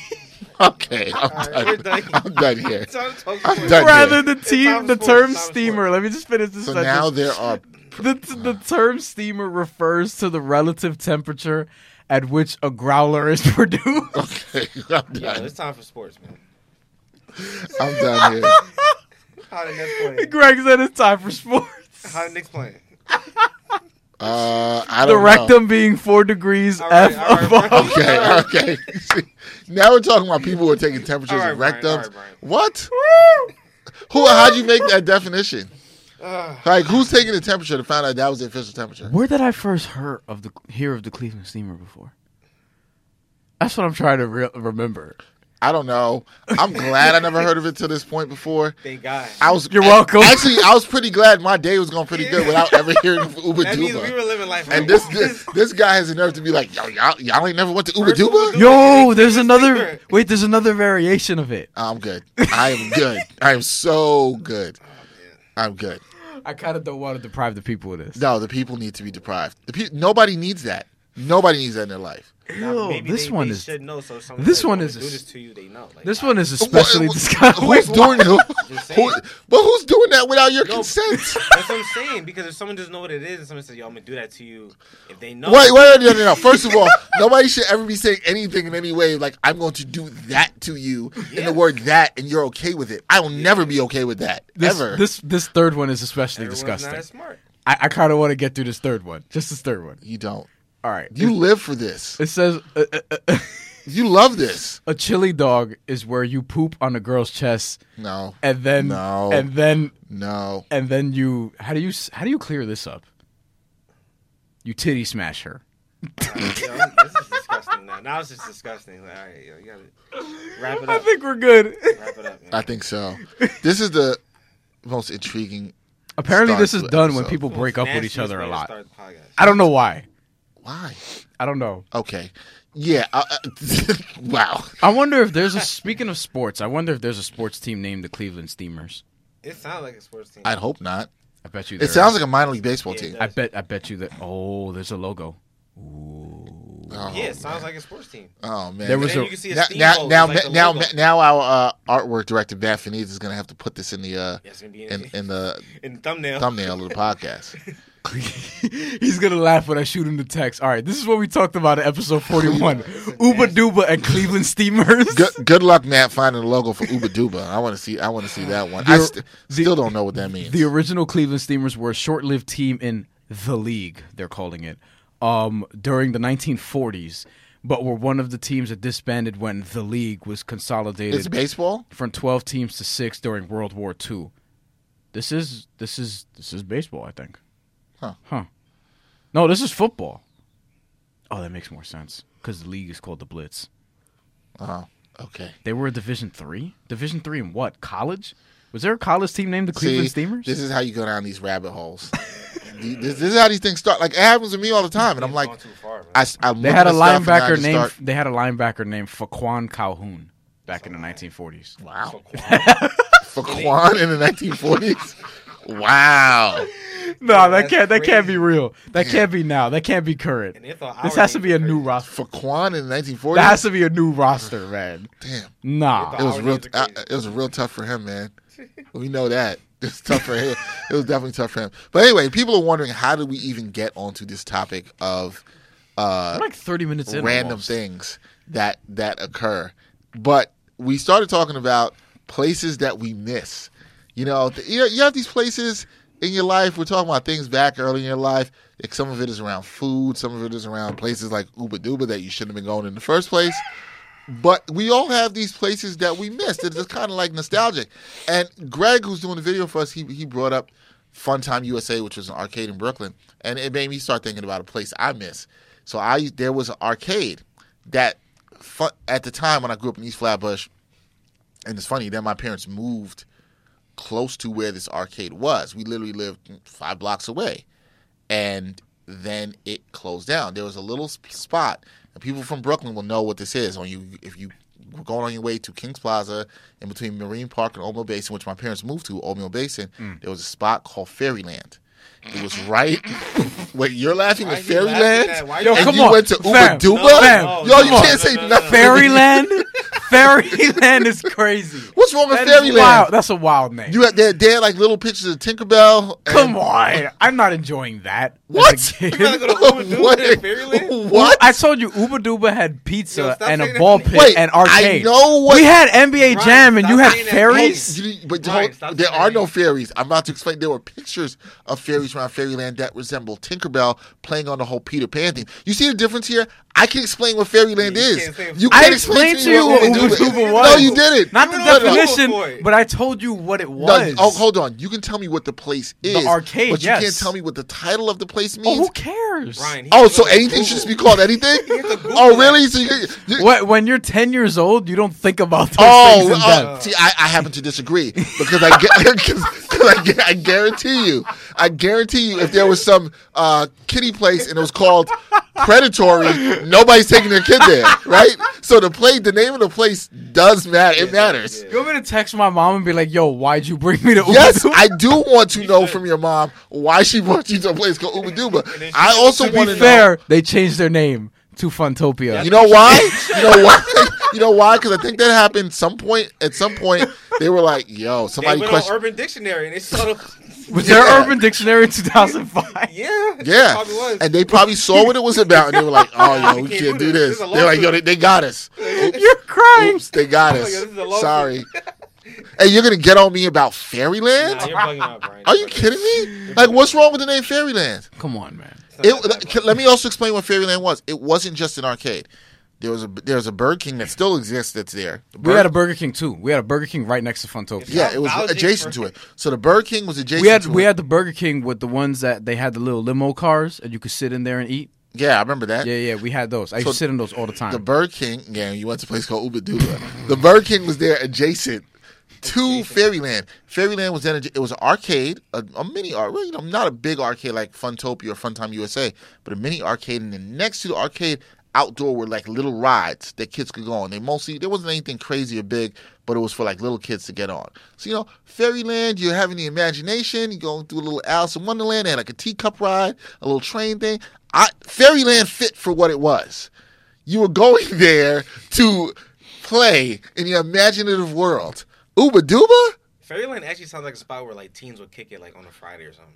S1: Okay, I'm
S3: right, <laughs> we're
S1: done.
S3: done.
S1: <laughs> I'm done
S3: <laughs>
S1: here.
S3: Time to talk
S1: I'm
S3: sports.
S1: done.
S2: <laughs> Rather the team,
S3: Time
S2: the
S3: for-
S2: term
S3: time for-
S2: steamer. Let me just finish this
S1: So
S2: sentence.
S1: now there are <laughs>
S2: the, the term steamer refers to the relative temperature at which a growler is
S1: <laughs>
S2: <laughs> produced.
S1: okay. I'm
S3: Yo,
S1: done.
S3: it's time for sports, man.
S1: I'm done here.
S3: How the Knicks playing?
S2: Greg said it's time for sports.
S3: How the Knicks playing?
S1: Uh, I
S2: <laughs> The
S1: don't
S2: rectum being four degrees
S3: All right,
S2: F
S3: all right,
S2: above.
S3: bro.
S1: know. <laughs> Okay, okay. now we're talking about people who are taking temperatures
S3: All
S1: of
S3: right, Brian, all
S1: rectums.
S3: right, Brian.
S1: what? Who? How'd you make that definition?
S3: Uh,
S1: Like, who's taking the temperature to find out that was the official temperature?
S2: Where did I first hear of the hear of the Cleveland steamer before? That's what I'm trying to re- remember.
S1: I don't know. I'm glad I never heard of it to this point before.
S3: Thank God.
S1: I was.
S2: You're welcome.
S1: Actually, I was pretty glad my day was going pretty good without ever hearing of Uber
S3: <laughs> That means we were
S1: Duba.
S3: living life.
S1: And this, this this guy has the nerve to be like, yo, y'all, y'all ain't never went to Uber
S3: First Uba
S1: Duba?
S3: Duba.
S2: Yo, there's
S3: Cleveland
S2: another
S3: steamer.
S2: wait. There's another variation of it.
S1: I'm good. I am good. I am so good.
S3: Oh,
S1: I'm good.
S2: I kind of don't want to deprive the people of this.
S1: No, the people need to be deprived. The pe- nobody needs that. Nobody needs that in their life.
S3: Nah,
S2: Ew,
S3: maybe
S2: this
S3: they-
S2: one
S3: they
S2: is
S3: should know. So if someone
S2: this
S3: says, "Yo,
S2: one
S3: we
S2: is a
S3: do
S2: s-
S3: this to you. They know. Like,
S2: This
S3: I-
S2: one is especially
S1: Wha-
S2: disgusting. <laughs>
S1: Who's doing it?
S3: Just saying.
S1: Who, but who's doing that without your consent?
S2: <laughs>
S3: That's what I'm saying. Because if someone doesn't know what it is, and someone says, "Yo, I'm gonna do that to you," if they know,
S1: Wait, wait, no, no, no. First of all, nobody should ever be saying anything in any way like "I'm going to do that to you" in the word "that," and you're okay with it. I will never be okay with that
S2: This,
S1: ever.
S2: this this third one is especially
S3: everyone's not
S2: disgusting.
S3: as smart.
S2: I, I kind of want to get through this third one. Just this third one.
S1: you don't.
S2: All right.
S1: You live for this.
S2: It says uh, uh, uh,
S1: You love this.
S2: a chili dog is where you poop on a girl's chest
S1: No.
S2: and then
S1: No.
S2: and then
S1: no.
S2: and then you how do you s- how do you clear this up? You titty smash her.
S3: Yo, this is disgusting now. Now it's just disgusting. Like, all right, yo, you gotta wrap it
S2: I
S3: up.
S2: think we're good.
S3: Wrap it up, man.
S1: I think so. This is the most intriguing.
S2: <laughs> Apparently,
S1: Starts
S2: this is
S1: with
S2: done when
S1: episode.
S2: people break up with each
S3: Nastiest
S2: other
S3: way
S2: a
S3: to
S2: lot.
S3: start the podcast.
S2: I don't know why.
S1: Why?
S2: I don't know.
S1: Okay. Yeah. Uh, uh, <laughs> wow.
S2: I wonder if there's a speaking of sports. I wonder if there's a sports team named the Cleveland Steamers.
S3: It sounds like a sports team.
S1: I'd hope not.
S2: I bet you.
S1: It sounds like a minor league baseball
S3: Yeah,
S1: team.
S3: it
S2: I bet. I bet you that. Oh, there's a logo.
S1: Oh,
S3: yeah, it sounds like a sports team.
S1: oh man.
S2: There
S3: And
S2: was
S3: then
S2: a-
S3: you can see a
S1: now now
S3: steamboat
S1: now,
S3: with, like, the
S1: now,
S3: logo.
S1: now our uh, artwork director Matt Finese is gonna have to put this in the uh,
S3: Yeah, it's gonna be in,
S1: in, in
S3: <laughs>
S1: the
S3: in the thumbnail.
S1: thumbnail of the
S3: <laughs>
S1: podcast.
S2: <laughs> He's gonna laugh when I shoot him the text. All right, this is what we talked about in episode <laughs> 41: Uba Duba and Cleveland Steamers.
S1: Good, good luck, Matt, finding the logo for Uba Duba. I want to see. I want to see that one. I
S2: The-
S1: st- still don't know what that means.
S2: The original Cleveland Steamers were a short-lived team in the league, they're calling it, um, during the 1940s, but were one of the teams that disbanded when the league was consolidated
S1: it's baseball.
S2: from 12 teams to six during World War II. This is this is this is baseball, I think.
S1: Huh.
S2: Huh. No, this is football. Oh, that makes more sense because the league is called the Blitz.
S1: Oh, okay.
S2: They were a Division Three. Division Three in what? College? Was there a college team named the Cleveland
S1: See,
S2: Steamers?
S1: This is how you go down these rabbit
S3: <laughs>
S1: holes. The- this, this is how these things start. Like it happens to me all the time, and I'm like,
S3: Gone too far, man.
S1: I, s- I
S2: they had a linebacker named
S1: name.
S2: They had a linebacker named Faquan Calhoun back in the 1940s.
S1: Wow,
S3: Quan.
S1: <laughs> for Quan in the 1940s. Wow.
S2: No, that
S3: that's
S2: can't that can't be
S3: crazy.
S2: real. That can't be now. That can't be current.
S3: And they thought
S2: This
S3: our
S2: has to
S3: names
S2: be
S3: were
S2: a new
S3: crazy.
S2: roster.
S1: For Quan in the 1940s.
S2: That has to be a new
S3: <laughs>
S2: roster, man.
S1: Damn,
S2: Nah.
S1: it was
S3: Our
S1: real.
S3: names are
S1: I,
S3: crazy.
S1: it was real tough for him, man. We know that. It's tough for him. It was definitely tough for him. But anyway, people are wondering how did we even get onto this topic of uh,
S2: We're like 30 minutes in.
S1: random
S2: almost.
S1: things that that occur. But we started talking about places that we miss. You know, th- you, you have these places in your life. We're talking about things back early in your life. Like some of it is around food. Some of it is around places like Uba Duba that you shouldn't have been going in the first place. But we all have these places that we missed. It's just kind of like nostalgic. And Greg, who's doing the video for us, he he brought up Fun Time USA, which was an arcade in Brooklyn, and it made me start thinking about a place I miss. So I there was an arcade that fun, at the time when I grew up in East Flatbush, and it's funny. Then my parents moved close to where this arcade was. We literally lived five blocks away, and then it closed down. There was a little sp- spot, and people from Brooklyn will know what this is. When you, if you were going on your way to Kings Plaza, in between Marine Park and Old Mill Basin, which my parents moved to, Old Mill Basin,
S3: Hmm.
S1: there was a spot called Fairyland. It was
S3: <coughs>
S1: right. Wait, you're laughing
S3: Why
S1: at
S3: you laughing
S1: Fairyland?
S3: at- why you
S2: Yo,
S3: laughing
S1: and
S2: come
S1: you
S2: on.
S1: went to Uber
S2: Fam,
S1: Duba?
S2: fam,
S1: Yo, you
S2: come on.
S1: can't say
S3: No, no, no,
S1: nothing.
S3: no. <laughs>
S2: Fairyland? Fairyland is crazy.
S1: What's wrong with
S2: That is
S1: Fairyland?
S2: wild. That's a wild name.
S1: You had they they had like little pictures of Tinkerbell. and-
S2: Come on. I'm not enjoying that. as a
S1: What? <laughs>
S2: kid.
S3: You're not gonna go
S2: <laughs>
S3: and do
S1: what?
S3: it at
S2: Oh,
S3: Fairyland?
S1: What?
S2: I told you Uba Duba had
S3: Yo,
S2: pizza
S3: stop
S2: and a
S3: saying that
S2: ball
S3: name.
S2: pit
S1: Wait,
S2: and
S1: I
S2: arcade.
S1: know what-
S2: we had NBA
S3: Ryan,
S2: Jam and
S3: stop
S2: you had
S3: saying that.
S2: fairies.
S1: You didn't- but
S3: Ryan,
S1: hold-
S3: stop
S1: there
S3: saying
S1: are
S3: that.
S1: no fairies. I'm about to explain. There were pictures of fairies around Fairyland that resemble Tinkerbell playing on the whole Peter Pan theme. You see the difference here? I can explain what Fairyland
S3: Yeah, you
S1: is.
S3: can't explain-
S1: you
S2: I
S1: can't explain
S2: explained to you what
S1: Uba
S2: Uba
S1: Duba is.
S2: Duba
S1: No,
S2: was.
S1: you didn't.
S2: Not the
S3: You were the
S2: definition,
S3: local boy.
S2: but I told you what it
S1: No,
S2: was.
S1: oh, hold on. You can tell me what the place is.
S2: arcade,
S1: But you
S2: yes.
S1: can't tell me what the title of the place
S2: Oh,
S1: means.
S2: who cares?
S3: Ryan, he
S1: Oh,
S3: has to
S1: so
S3: go to
S1: anything
S3: Google.
S1: should just be called
S3: <laughs>
S1: anything? oh, really? So you, you,
S2: What, when you're 10 years old, you don't think about those things
S1: Oh,
S2: in
S1: oh,
S2: depth.
S1: see, I, I happen to disagree because I, gu- <laughs> 'cause- 'cause I, gu- I guarantee you, I guarantee you, if there was some uh, kitty place and it was called Predatory, nobody's taking their kid there, right? So the play, the name of the place does matter. It matters.
S2: You want me to text my mom and be like, yo, why'd you bring me to Uba
S1: Yes,
S2: Duba?
S1: I do want to know from your mom why she brought you to a place called Uba Duba. I also
S2: to
S1: want
S2: be
S1: to know.
S2: fair, they changed their name to Funtopia.
S1: You know why? You know why? You know why? Because I think that happened some point. At some point, they were like, "Yo,
S3: They
S1: somebody
S3: went on
S1: questioned."
S3: Urban Dictionary and they saw
S2: <laughs>
S3: the.
S2: was there
S1: Yeah.
S2: Urban Dictionary in 2005?
S3: Yeah.
S1: <laughs>
S3: it
S1: Yeah,
S3: Probably was.
S1: and they probably saw what it was about, and they were
S3: <laughs>
S1: like, "Oh, yo,
S3: We
S1: we
S3: can't
S1: can't
S3: do
S1: do this."
S3: this. This is a
S1: They're like, "Yo, they,
S3: lawsuit.
S1: they got
S3: <laughs>
S1: us. Oops,
S2: <laughs> You're crying.
S1: oops, they got
S3: yo,
S1: us.
S3: this is a lawsuit. <laughs>
S1: Sorry." Hey, you're gonna get on me about Fairyland?
S3: Nah, you're bugging out, Brian.
S1: Are you kidding me? Like, what's wrong with the name Fairyland?
S2: Come on, man.
S3: It's not that
S1: It,
S3: bad.
S1: let me also explain what Fairyland was. It wasn't just an arcade. There was a there was a Burger King that still exists that's there. The
S2: We had a
S1: Burger-
S2: Burger King too. We had a Burger King right next to Funtopia.
S1: yeah, it was
S3: Bowser's
S1: adjacent to it. So the Burger King was adjacent.
S2: We had
S1: to
S2: we
S1: it.
S2: had the Burger King with the ones that they had the little limo cars and you could sit in there and eat.
S1: yeah, I remember that.
S2: Yeah, yeah, we had those. I used
S1: So
S2: to sit in those all the time.
S1: The Burger King, yeah, you went to a place called Ubadula. the Burger King was there adjacent to Fairyland. Fairyland was then adja- it was an arcade, a, a mini arcade, you know, not a big arcade like Funtopia or Funtime USA, but a mini arcade. And then next to the arcade, outdoor were like little rides that kids could go on. They mostly there wasn't anything crazy or big, but it was for like little kids to get on. So you know, Fairyland, you're having the imagination. You go through a little Alice in Wonderland. They had like a teacup ride, a little train thing. I, Fairyland fit for what it was you were going <laughs> there to play in your imaginative world. Uba Duba?
S3: Fairyland actually sounds like a spot where like teens would kick it like on a Friday or something.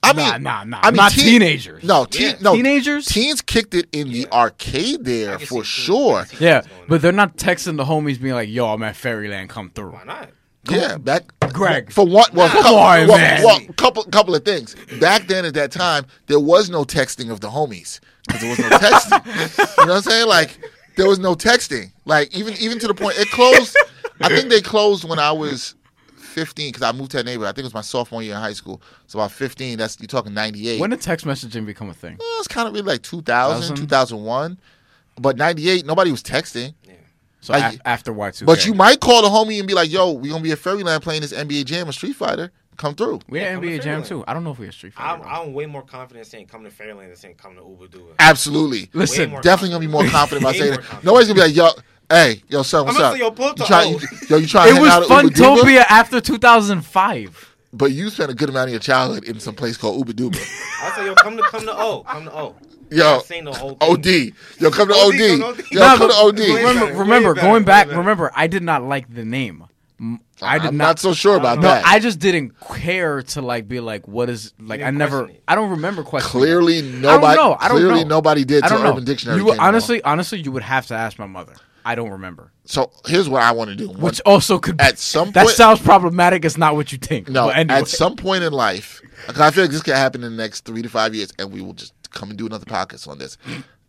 S1: I
S2: Nah,
S1: mean,
S2: nah, nah.
S1: I mean,
S2: Not
S1: teen-
S2: teenagers.
S1: No, teen,
S3: Yeah.
S1: no,
S2: Teenagers?
S1: Teens kicked it in the arcade
S3: I
S1: there
S3: can
S1: for
S3: see teens- I
S1: sure.
S3: can see
S2: yeah,
S3: teens going
S2: but
S3: there.
S2: they're not texting the homies being like, "Yo, I'm at Fairyland, come through."
S3: why not?
S1: Yeah, back
S2: Greg.
S1: for one. Well,
S2: Come
S1: couple,
S2: on,
S1: well,
S2: man.
S1: well, couple couple of things. Back then, at that time, there was no texting of the homies because there was no
S2: <laughs>
S1: texting. you know what I'm saying? Like there was no texting. Like even even to the point it closed. I think they closed when I was 15 because I moved to that neighborhood. I think it was my sophomore year in high school. So about 15. That's you're talking 98.
S2: When did text messaging become a thing?
S1: Well, it's kind of really like 2000,
S2: 2000?
S1: 2001. But 98, nobody was texting.
S2: So
S1: Like-
S2: af- after Y2K.
S1: But you might call the homie and be like, "Yo, we gonna be at Fairyland playing this NBA Jam or Street Fighter. Come through."
S2: we
S3: Yeah,
S2: had
S3: come to
S2: NBA Jam
S3: Fairyland.
S2: too. I don't know if we had Street Fighter.
S3: I'm,
S2: though.
S3: I'm way more confident saying come to Fairyland than saying come to Uber Dua.
S1: Absolutely.
S2: Listen,
S3: more
S1: Definitely gonna be more confident about
S3: <laughs> Way
S1: saying
S3: more
S1: that.
S3: confident.
S1: Nobody's gonna be like, yo, hey, yo, son, what's
S3: I'm
S1: up?
S3: gonna say, yo, pull up Oh.
S1: you
S3: to
S1: try,
S3: O.
S1: yo, you trying to
S2: It
S1: hang out
S2: was
S1: at Uber Duba?
S2: Funtopia after 2005.
S1: But you spent a good amount of your childhood in some place called Uber
S3: <laughs>
S1: Duba.
S3: I'll say yo, come to come to O, come to O.
S1: Yo,
S3: I've seen the whole thing.
S1: OD. Yo, come to
S3: OD,
S1: OD.
S3: come to OD.
S1: Yo,
S3: Nah,
S1: come
S2: but
S1: to OD.
S3: Wait,
S2: Remember,
S3: better, way
S2: remember
S3: better,
S2: going
S3: way
S2: back,
S3: better.
S2: remember, I did not like the name. M- I did
S1: I'm
S2: not,
S1: not so sure about
S2: No,
S1: that.
S2: I just didn't care to like be like, what is like? I
S3: didn't
S2: never,
S3: question it.
S2: I don't remember questioning. it.
S1: Clearly
S2: I
S1: nobody.
S2: don't know. I don't
S1: clearly
S2: know.
S1: nobody did.
S2: I
S1: till
S2: don't know.
S1: Urban Dictionary.
S2: You
S1: came
S2: would-
S1: along.
S2: honestly, honestly, you would have to ask my mother. I don't remember.
S1: So here's what I want to do. One-
S2: Which also could
S1: At some
S2: that
S1: point-
S2: sounds problematic. It's not what you think.
S1: No,
S2: but anyway.
S1: at some point in life, 'cause I feel like this could happen in the next three to five years, and we will just come and do another podcast on this.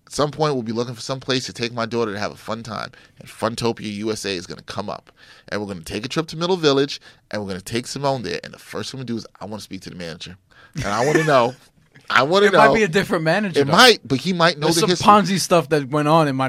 S1: At some point, we'll be looking for some place to take my daughter to have a fun time, and Funtopia USA is going to come up, and we're going to take a trip to Middle Village, and we're going to take Simone there. And the first thing we do is I want to speak to the manager, and I want to
S2: <laughs>
S1: know, I want to
S2: it
S1: know.
S2: might be a different manager.
S1: it
S2: though.
S1: might, but he might know
S2: There's
S1: the
S2: some
S1: history.
S2: Ponzi stuff that went on in my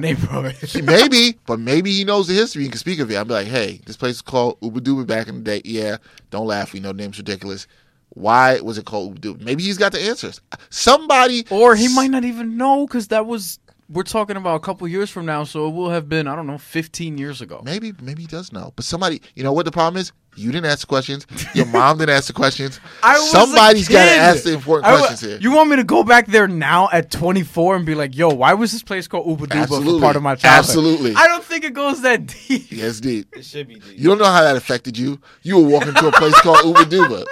S1: <laughs>
S2: neighborhood.
S1: He- maybe, but maybe he knows the history and can speak of it. I'd be like, hey, this place is called Uber Duba back in the day. Yeah, don't laugh. We know the name's ridiculous. Why was it called Uber Duba? Maybe he's got the answers. Somebody
S2: <laughs> or he might not even know because that was we're talking about a couple years from now, so it will have been I don't know 15 years ago.
S1: Maybe maybe he does know. But somebody, you know what the problem is? You didn't ask the questions. Your mom didn't ask the questions.
S2: <laughs> I was a
S1: Somebody's got to
S2: kid.
S1: ask the important
S2: I wa-
S1: questions here.
S2: You want me to go back there now at 24 and be like, "Yo, why was this place called Uba Duba
S1: Absolutely.
S2: for part of my childhood?"
S1: Absolutely.
S2: I don't think it goes that <laughs> deep.
S1: yes, dude.
S3: It should be G.
S1: You
S3: <laughs>
S1: don't know how that affected you. You were walking to a place called Uber Duba,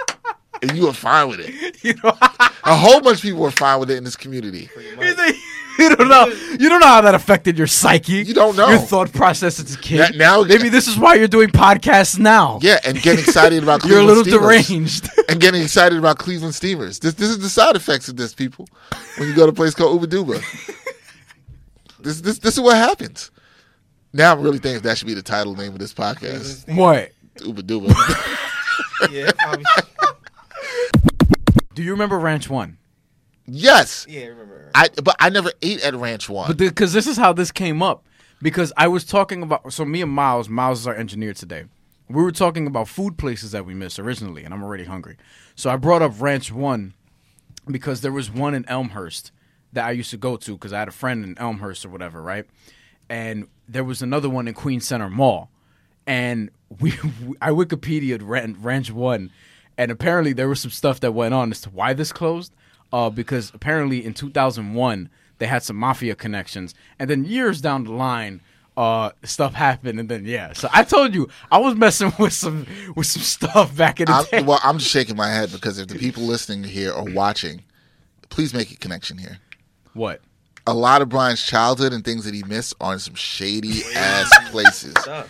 S1: and you were fine with it.
S2: You know,
S1: A whole bunch of people were fine with it in this community.
S2: you think- you don't know. You don't know how that affected your psyche.
S1: You don't know.
S2: your thought process as a kid.
S1: Now- now-
S2: maybe this is why you're doing podcasts now.
S1: Yeah, and
S2: <laughs>
S1: getting excited about
S2: you're a
S1: Cleveland
S2: little
S1: Steamers.
S2: deranged. <laughs>
S1: and getting excited about Cleveland Steamers. This this is the side effects of this, people. When you go to a place called Uba
S2: <laughs>
S1: Duba, this this this is what happens. Now I'm really thinking that should be the title name of this podcast,
S2: what?
S1: Uba Duba.
S3: Yeah, probably.
S2: Do you remember Ranch One?
S1: <laughs> yes,
S3: yeah, I remember.
S1: I but I never ate at Ranch One.
S2: <laughs> But because this is how this came up. Because I was talking about so me and Miles, Miles is our engineer today. We were talking about food places that we missed originally, and I'm already hungry. So I brought up Ranch One because there was one in Elmhurst that I used to go to because I had a friend in Elmhurst or whatever, right? And there was another one in Queen Center Mall, and <laughs> we I Wikipedia'd Ran- Ranch One, and apparently there was some stuff that went on as to why this closed, uh, because apparently in 2001 they had some mafia connections, and then years down the line. Uh, stuff happened, and then yeah. So I told you I was messing <laughs> with some with some stuff back in the <laughs>
S1: I'm,
S2: day.
S1: well, I'm just shaking my head because if the people listening here are watching, please make a connection here.
S2: what?
S1: A lot of Brian's childhood and things that he missed are in some shady ass places.
S3: Stuff.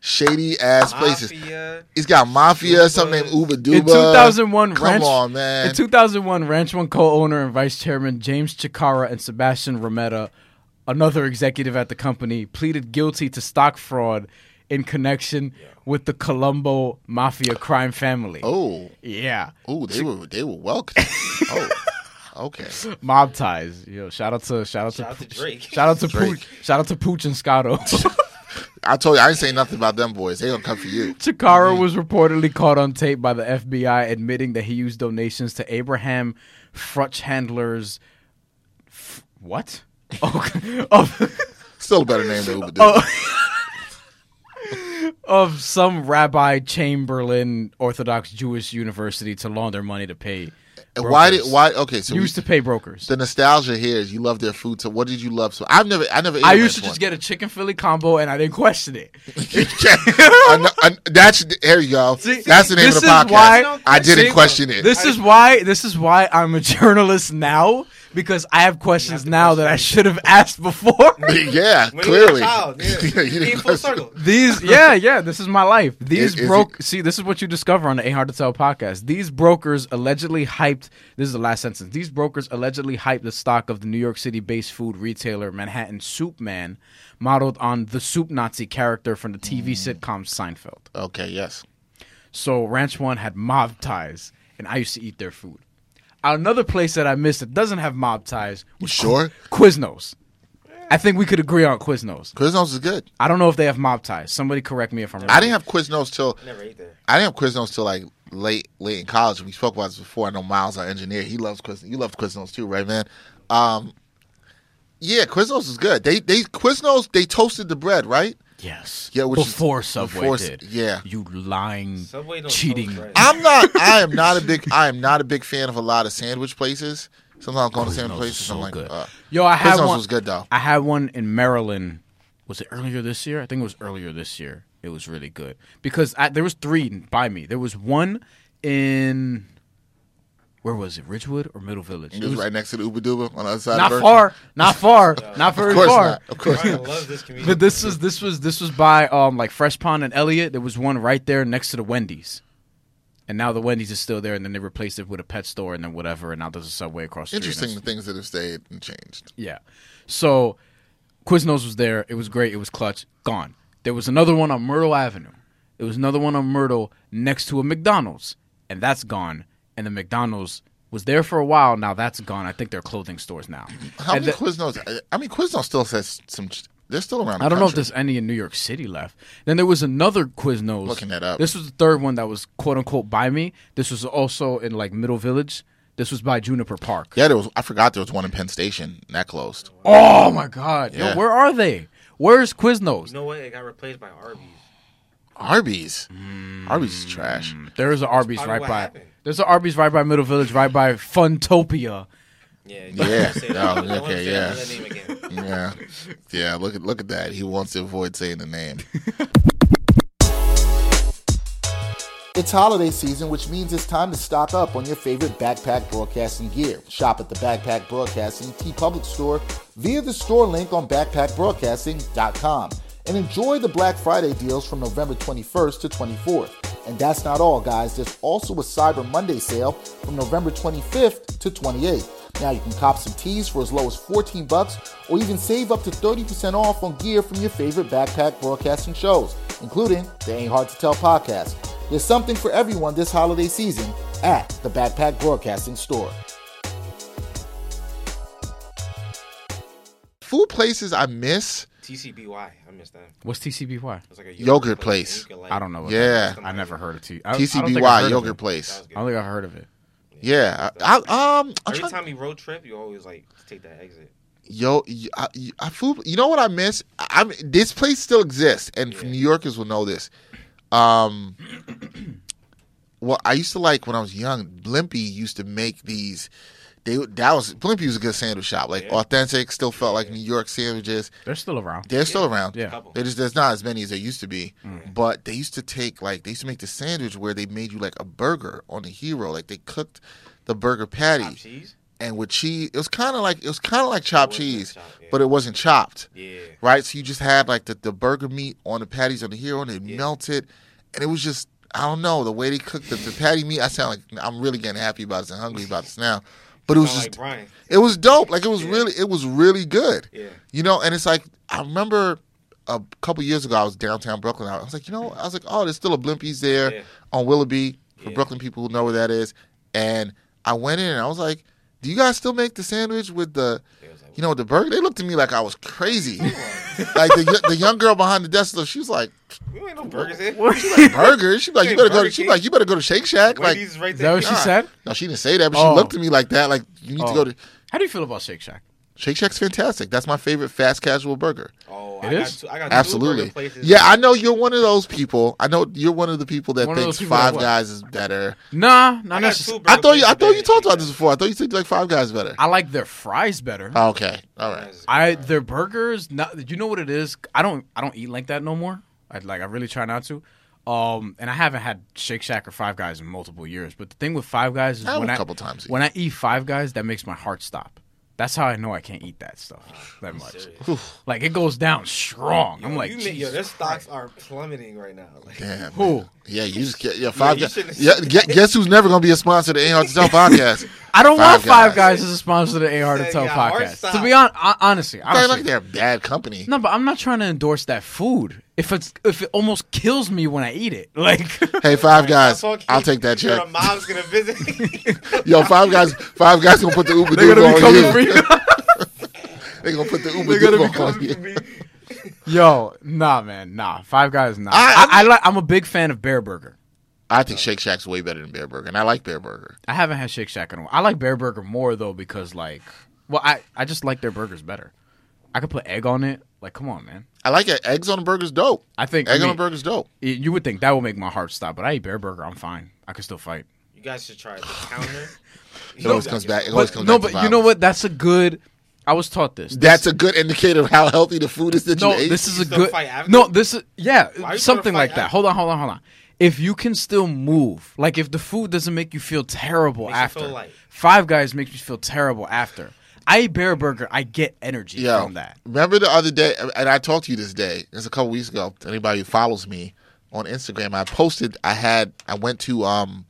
S1: shady ass <laughs> places.
S3: Mafia.
S1: He's got mafia, some named Uba Duba.
S2: In 2001,
S1: come
S2: Ranch,
S1: on, man.
S2: In 2001, Ranch One co-owner and vice chairman James Chikara and Sebastian Rametta, another executive at the company, pleaded guilty to stock fraud in connection with the Colombo mafia crime family.
S1: oh,
S2: Yeah,
S1: oh, they were they were
S2: <laughs>
S1: welcome. oh, okay.
S2: mob ties. Yo, shout out to shout out
S3: Shout out
S2: to,
S3: to Drake.
S2: Shout out to
S1: Drake.
S2: Pooch. Shout out to Pooch and
S1: <laughs>
S2: Scotto.
S1: I told you I ain't saying nothing about them boys. They gonna come for you.
S2: Chikara was reportedly caught on tape by the FBI admitting that he used donations to Abraham Frutch handlers. F- what? <laughs> Oh, of,
S1: Still a better name than Uba Duba.
S2: Oh. of some rabbi Chamberlain Orthodox Jewish university to launder money to pay.
S1: and why did
S2: brokers.
S1: why? Okay, so we-
S2: used to pay brokers?
S1: the nostalgia here is you love their food. So what did you love? So I've never I never. ate
S2: I
S1: at
S2: used to
S1: Ranch
S2: just
S1: One.
S2: get a chicken Philly combo and I didn't question it.
S1: I know- I- that's there you
S3: <laughs>
S1: go.
S2: See,
S1: that's the name of
S2: this
S1: the
S2: is
S1: podcast.
S2: why-
S1: I didn't
S2: See,
S1: question it.
S2: This is why this is why I'm a <laughs> journalist now because I have questions now that I should have asked
S1: <laughs>
S2: before.
S1: <laughs> yeah,
S3: When you were
S1: clearly.
S3: a child, yeah.
S1: Yeah, <laughs> you didn't
S3: Being full
S1: question-
S3: circle.
S1: <laughs>
S2: These, yeah, yeah, this is my life. These
S1: Is- is
S2: broke. see, this is what you discover on the A Hard to Tell podcast. These brokers allegedly hyped. This is the last sentence. These brokers allegedly hyped the stock of the New York City-based food retailer Manhattan Soup Man, modeled on the Soup Nazi character from the TV
S1: Mm.
S2: sitcom Seinfeld.
S1: Okay, yes.
S2: So Ranch One had mob ties, and I used to eat their food. Another place that I missed that doesn't have mob ties
S1: You
S2: was
S1: sure?
S2: Quiznos. I think we could agree on Quiznos.
S1: Quiznos is good.
S2: I don't know if they have mob ties. Somebody correct me if I'm wrong.
S1: I didn't have Quiznos till
S3: Never ate there.
S1: I didn't have Quiznos till like late late in college. We spoke about this before. I know Miles, our engineer, he loves Quiznos. You love Quiznos too, right, man? Um, yeah, Quiznos is good. They they Quiznos they toasted the bread, right?
S2: Yes.
S1: Yeah, which is-
S2: before Subway
S1: before-
S2: did.
S1: yeah.
S2: You lying,
S3: Subway don't
S2: cheating.
S3: toast bread.
S1: I'm not.
S2: <laughs>
S1: I am not a big. I am not a big fan of a lot of sandwich places. Sometimes I'm going to sandwich
S2: Quiznos Oh, is
S1: places.
S2: so
S1: I'm like,
S2: good.
S1: uh,
S2: Yo, I had
S1: Quiznos
S2: one.
S1: was good though.
S2: I had one in Maryland. Was it earlier this year? I think it was earlier this year. It was really good because I, there was three by me. There was one in where was it? Ridgewood or Middle Village?
S1: It was right next to the Uba Duba on the other side.
S2: not
S1: of Berkeley.
S2: far,
S1: <laughs>
S2: not far, not very
S1: Of course
S2: far.
S1: not. Of course
S3: Brian
S1: not.
S3: loves this community.
S2: But this was this was this was by um like Fresh Pond and Elliot. There was one right there next to the Wendy's. And now the Wendy's is still there and then they replaced it with a pet store and then whatever and now there's a subway across the
S1: Interesting
S2: street.
S1: the
S2: And
S1: things that have stayed and changed.
S2: it's- Yeah. So Quiznos was there. It was great. It was clutch. Gone. There was another one on Myrtle Avenue. There was another one on Myrtle next to a McDonald's. And that's gone. And the McDonald's was there for a while. Now that's gone. I think they're clothing stores now.
S1: How
S2: And
S1: many
S2: the-
S1: Quiznos? I- I mean, Quiznos still says some. ch- They're still around. The
S2: I don't know if
S1: country.
S2: there's any in New York City left. Then there was another Quiznos.
S1: Looking that up.
S2: This was the third one that was quote unquote by me. This was also in like Middle Village. This was by Juniper Park.
S1: Yeah, there was. I forgot there was one in Penn Station and that closed.
S2: Oh my God! Yo,
S1: Yeah.
S2: where are they? Where's Quiznos?
S3: You know what? It got replaced by Arby's.
S1: Arby's. Arby's is trash.
S2: There is an Arby's
S3: Probably
S2: right
S3: what
S2: by.
S3: happened.
S2: There's an Arby's right by Middle Village, right by Funtopia.
S3: Yeah.
S1: Yeah.
S3: Say
S1: No,
S3: that. I don't wanna
S1: okay,
S3: say
S1: yeah.
S3: that name again.
S1: Yeah, yeah. Look at look at that. He wants to avoid saying the name. It's holiday season, which means it's time to stock up on your favorite backpack broadcasting gear. Shop at the Backpack Broadcasting T Public Store via the store link on backpackbroadcasting.com and enjoy the Black Friday deals from November 21st to 24th. And that's not all, guys. There's also a Cyber Monday sale from November 25th to 28th. Now you can cop some tees for as low as 14 bucks or even save up to 30% off on gear from your favorite backpack broadcasting shows, including the Ain't Hard to Tell podcast. There's something for everyone this holiday season at the Backpack Broadcasting Store. Food places I miss.
S3: TCBY. I missed that.
S2: What's TCBY?
S3: It's like a
S1: Yogurt place.
S3: and you could, like-
S2: I don't know. What
S1: Yeah.
S2: that is. I never heard of T. I, I don't think I've heard
S1: TCBY
S2: of
S1: yogurt
S2: it.
S1: place.
S2: I don't think I've heard of it.
S1: Yeah, I, I um, I'm
S3: Every
S1: trying,
S3: time you road trip, you always like take that exit.
S1: yo, I, I food. You know what I miss? I, I'm this place still exists, and New Yorkers will know this.
S2: <clears throat>
S1: Um, well, I used to like when I was young. Blimpie used to make these. They that was Blimpie was a good sandwich shop, like authentic. Still felt like New York sandwiches.
S2: They're still around.
S1: They're still around.
S2: Yeah. Mm.
S3: Couple.
S1: They just there's not as many as there used to be. But they used to take like they used to make the sandwich where they made you like a burger on the hero. Like they cooked the burger patty.
S3: Cheese.
S1: and with cheese, it was kind of like it was kind of like chopped
S3: wasn't
S1: cheese,
S3: chopped, yeah.
S1: but it wasn't chopped.
S3: Yeah.
S1: Right. So you just had like the, the burger meat on the patties on the hero, and it melted, and it was just I don't know the way they cooked the, the patty meat. I sound like I'm really getting happy about this and hungry about this now, but it was
S3: Sound like
S1: just
S3: Brian.
S1: it was dope. Like it was really, it was really good.
S3: Yeah.
S1: You know, and it's like I remember a couple years ago I was downtown Brooklyn. I was like, you know, I was like, oh, there's still a Blimpies there
S3: Yeah.
S1: on Willoughby for Brooklyn people who know where that is. And I went in and I was like, do you guys still make the sandwich with the, you know, the burger? They looked at me like I was
S3: <laughs>
S1: crazy. like the the young girl behind the desk, she was like,
S3: We ain't no burgers here. <laughs>
S1: burgers. She was like, you
S3: Hey,
S1: better go.
S3: Burger
S1: To, she was
S3: King.
S1: like, you better go to Shake Shack. Like,
S3: Wendy's right
S2: Is that
S3: there.
S2: what she said?
S1: no, she didn't say that, but
S2: Oh.
S1: she looked at me like that. Like, you need to
S2: Oh.
S1: go to.
S2: How do you feel about Shake Shack?
S1: Shake Shack's fantastic. That's my favorite fast casual burger.
S3: Oh,
S2: It
S3: I got
S2: is?
S3: two, I got two burger
S1: Absolutely.
S3: places.
S1: Yeah, I know you're one of those people. I know you're one of the people that
S2: One of
S1: thinks
S2: those people that
S1: Five
S2: what?
S1: Guys is better.
S2: Nah,
S3: I
S2: not
S3: got two
S2: necessarily.
S3: burger
S1: I thought you. I
S3: places
S1: thought
S3: there
S1: you
S3: that
S1: talked
S3: she
S1: about this
S3: got.
S1: before. I thought you said you like Five Guys better.
S2: I like their fries better.
S1: Okay. All right.
S2: I their burgers. Not, you know what it is? I don't. I don't eat like that no more. I like. I really try not to. Um, and I haven't had Shake Shack or Five Guys in multiple years. But the thing with Five Guys is
S1: I had
S2: when
S1: a
S2: I
S1: couple times.
S2: when I eat Five Guys, that makes my heart stop. That's how I know I can't eat that stuff that much. Like it goes down strong. I'm like,
S3: you, mean- yo,
S2: Jesus
S3: their stocks are plummeting right now. Like,
S1: Damn. man.
S2: Who?
S1: Yeah, you just get yeah, five
S3: you
S1: guys.
S3: shouldn't-
S1: Yeah, gue- guess who's never gonna be a sponsor to the Ain't Hard to
S3: <laughs>
S1: Tell podcast?
S2: I don't want Five
S1: Guys.
S2: Guys as a sponsor of the AR to
S3: Said
S2: Tell
S3: your heart
S2: podcast. To
S3: stopped.
S2: be honest, honestly,
S1: I
S2: honestly,
S1: like they're a bad company.
S2: no, but I'm not trying to endorse that food. If it's if it almost kills me when I eat it, <laughs> like
S1: Hey, Five Guys,
S3: Fuck
S1: I'll
S3: you.
S1: take that
S3: Your
S1: check.
S3: mom's gonna
S1: <laughs>
S3: visit.
S1: Yo, Five Guys, Five Guys gonna put the Uber
S2: <laughs> they're
S1: dude
S2: gonna be
S1: on
S2: coming
S1: you.
S2: for you.
S1: <laughs> They gonna put the Uber
S2: They're
S1: dude
S2: gonna be
S1: on
S2: coming
S1: you.
S3: for me.
S2: Yo, nah, man, nah. Five Guys, nah.
S1: I-
S2: I, I, like. I'm a big fan of Bear Burger.
S1: I think Shake Shack's way better than Bear Burger, and I like Bear Burger.
S2: I haven't had Shake Shack in a while. I like Bear Burger more though because like, well, I I just like their burgers better. I could put egg on it. Like, come on, man.
S1: I like it. Eggs on a burger's dope.
S2: I think I
S1: Egg on a
S2: mean,
S1: burger's dope.
S2: y- You would think that would make my heart stop, but I eat Bear Burger. I'm fine. I could still fight.
S3: You guys should try the counter.
S1: It always comes back. Oh, It always
S2: But
S1: comes
S2: no,
S1: back. to
S2: but you know
S1: violence.
S2: what? That's a good. I was taught this.
S1: That's a good indicator of how healthy the food is that
S2: no.
S1: you ate.
S2: This is
S3: You
S2: a
S3: still
S2: good.
S3: fight after?
S2: No, this is
S3: Why
S2: yeah,
S3: you
S2: something
S3: gonna
S2: like
S3: fight
S2: that.
S3: after?
S2: Hold on, hold on, hold on. If you can still move, like if the food doesn't make you feel terrible
S3: Makes you
S2: after,
S3: feel light.
S2: Five Guys makes me feel terrible after. I eat Bear Burger. I get energy
S1: Yo,
S2: from that.
S1: Remember the other day, and I talked to you this day. It's a couple weeks ago. Anybody who follows me on Instagram, I posted. I had. I went to um,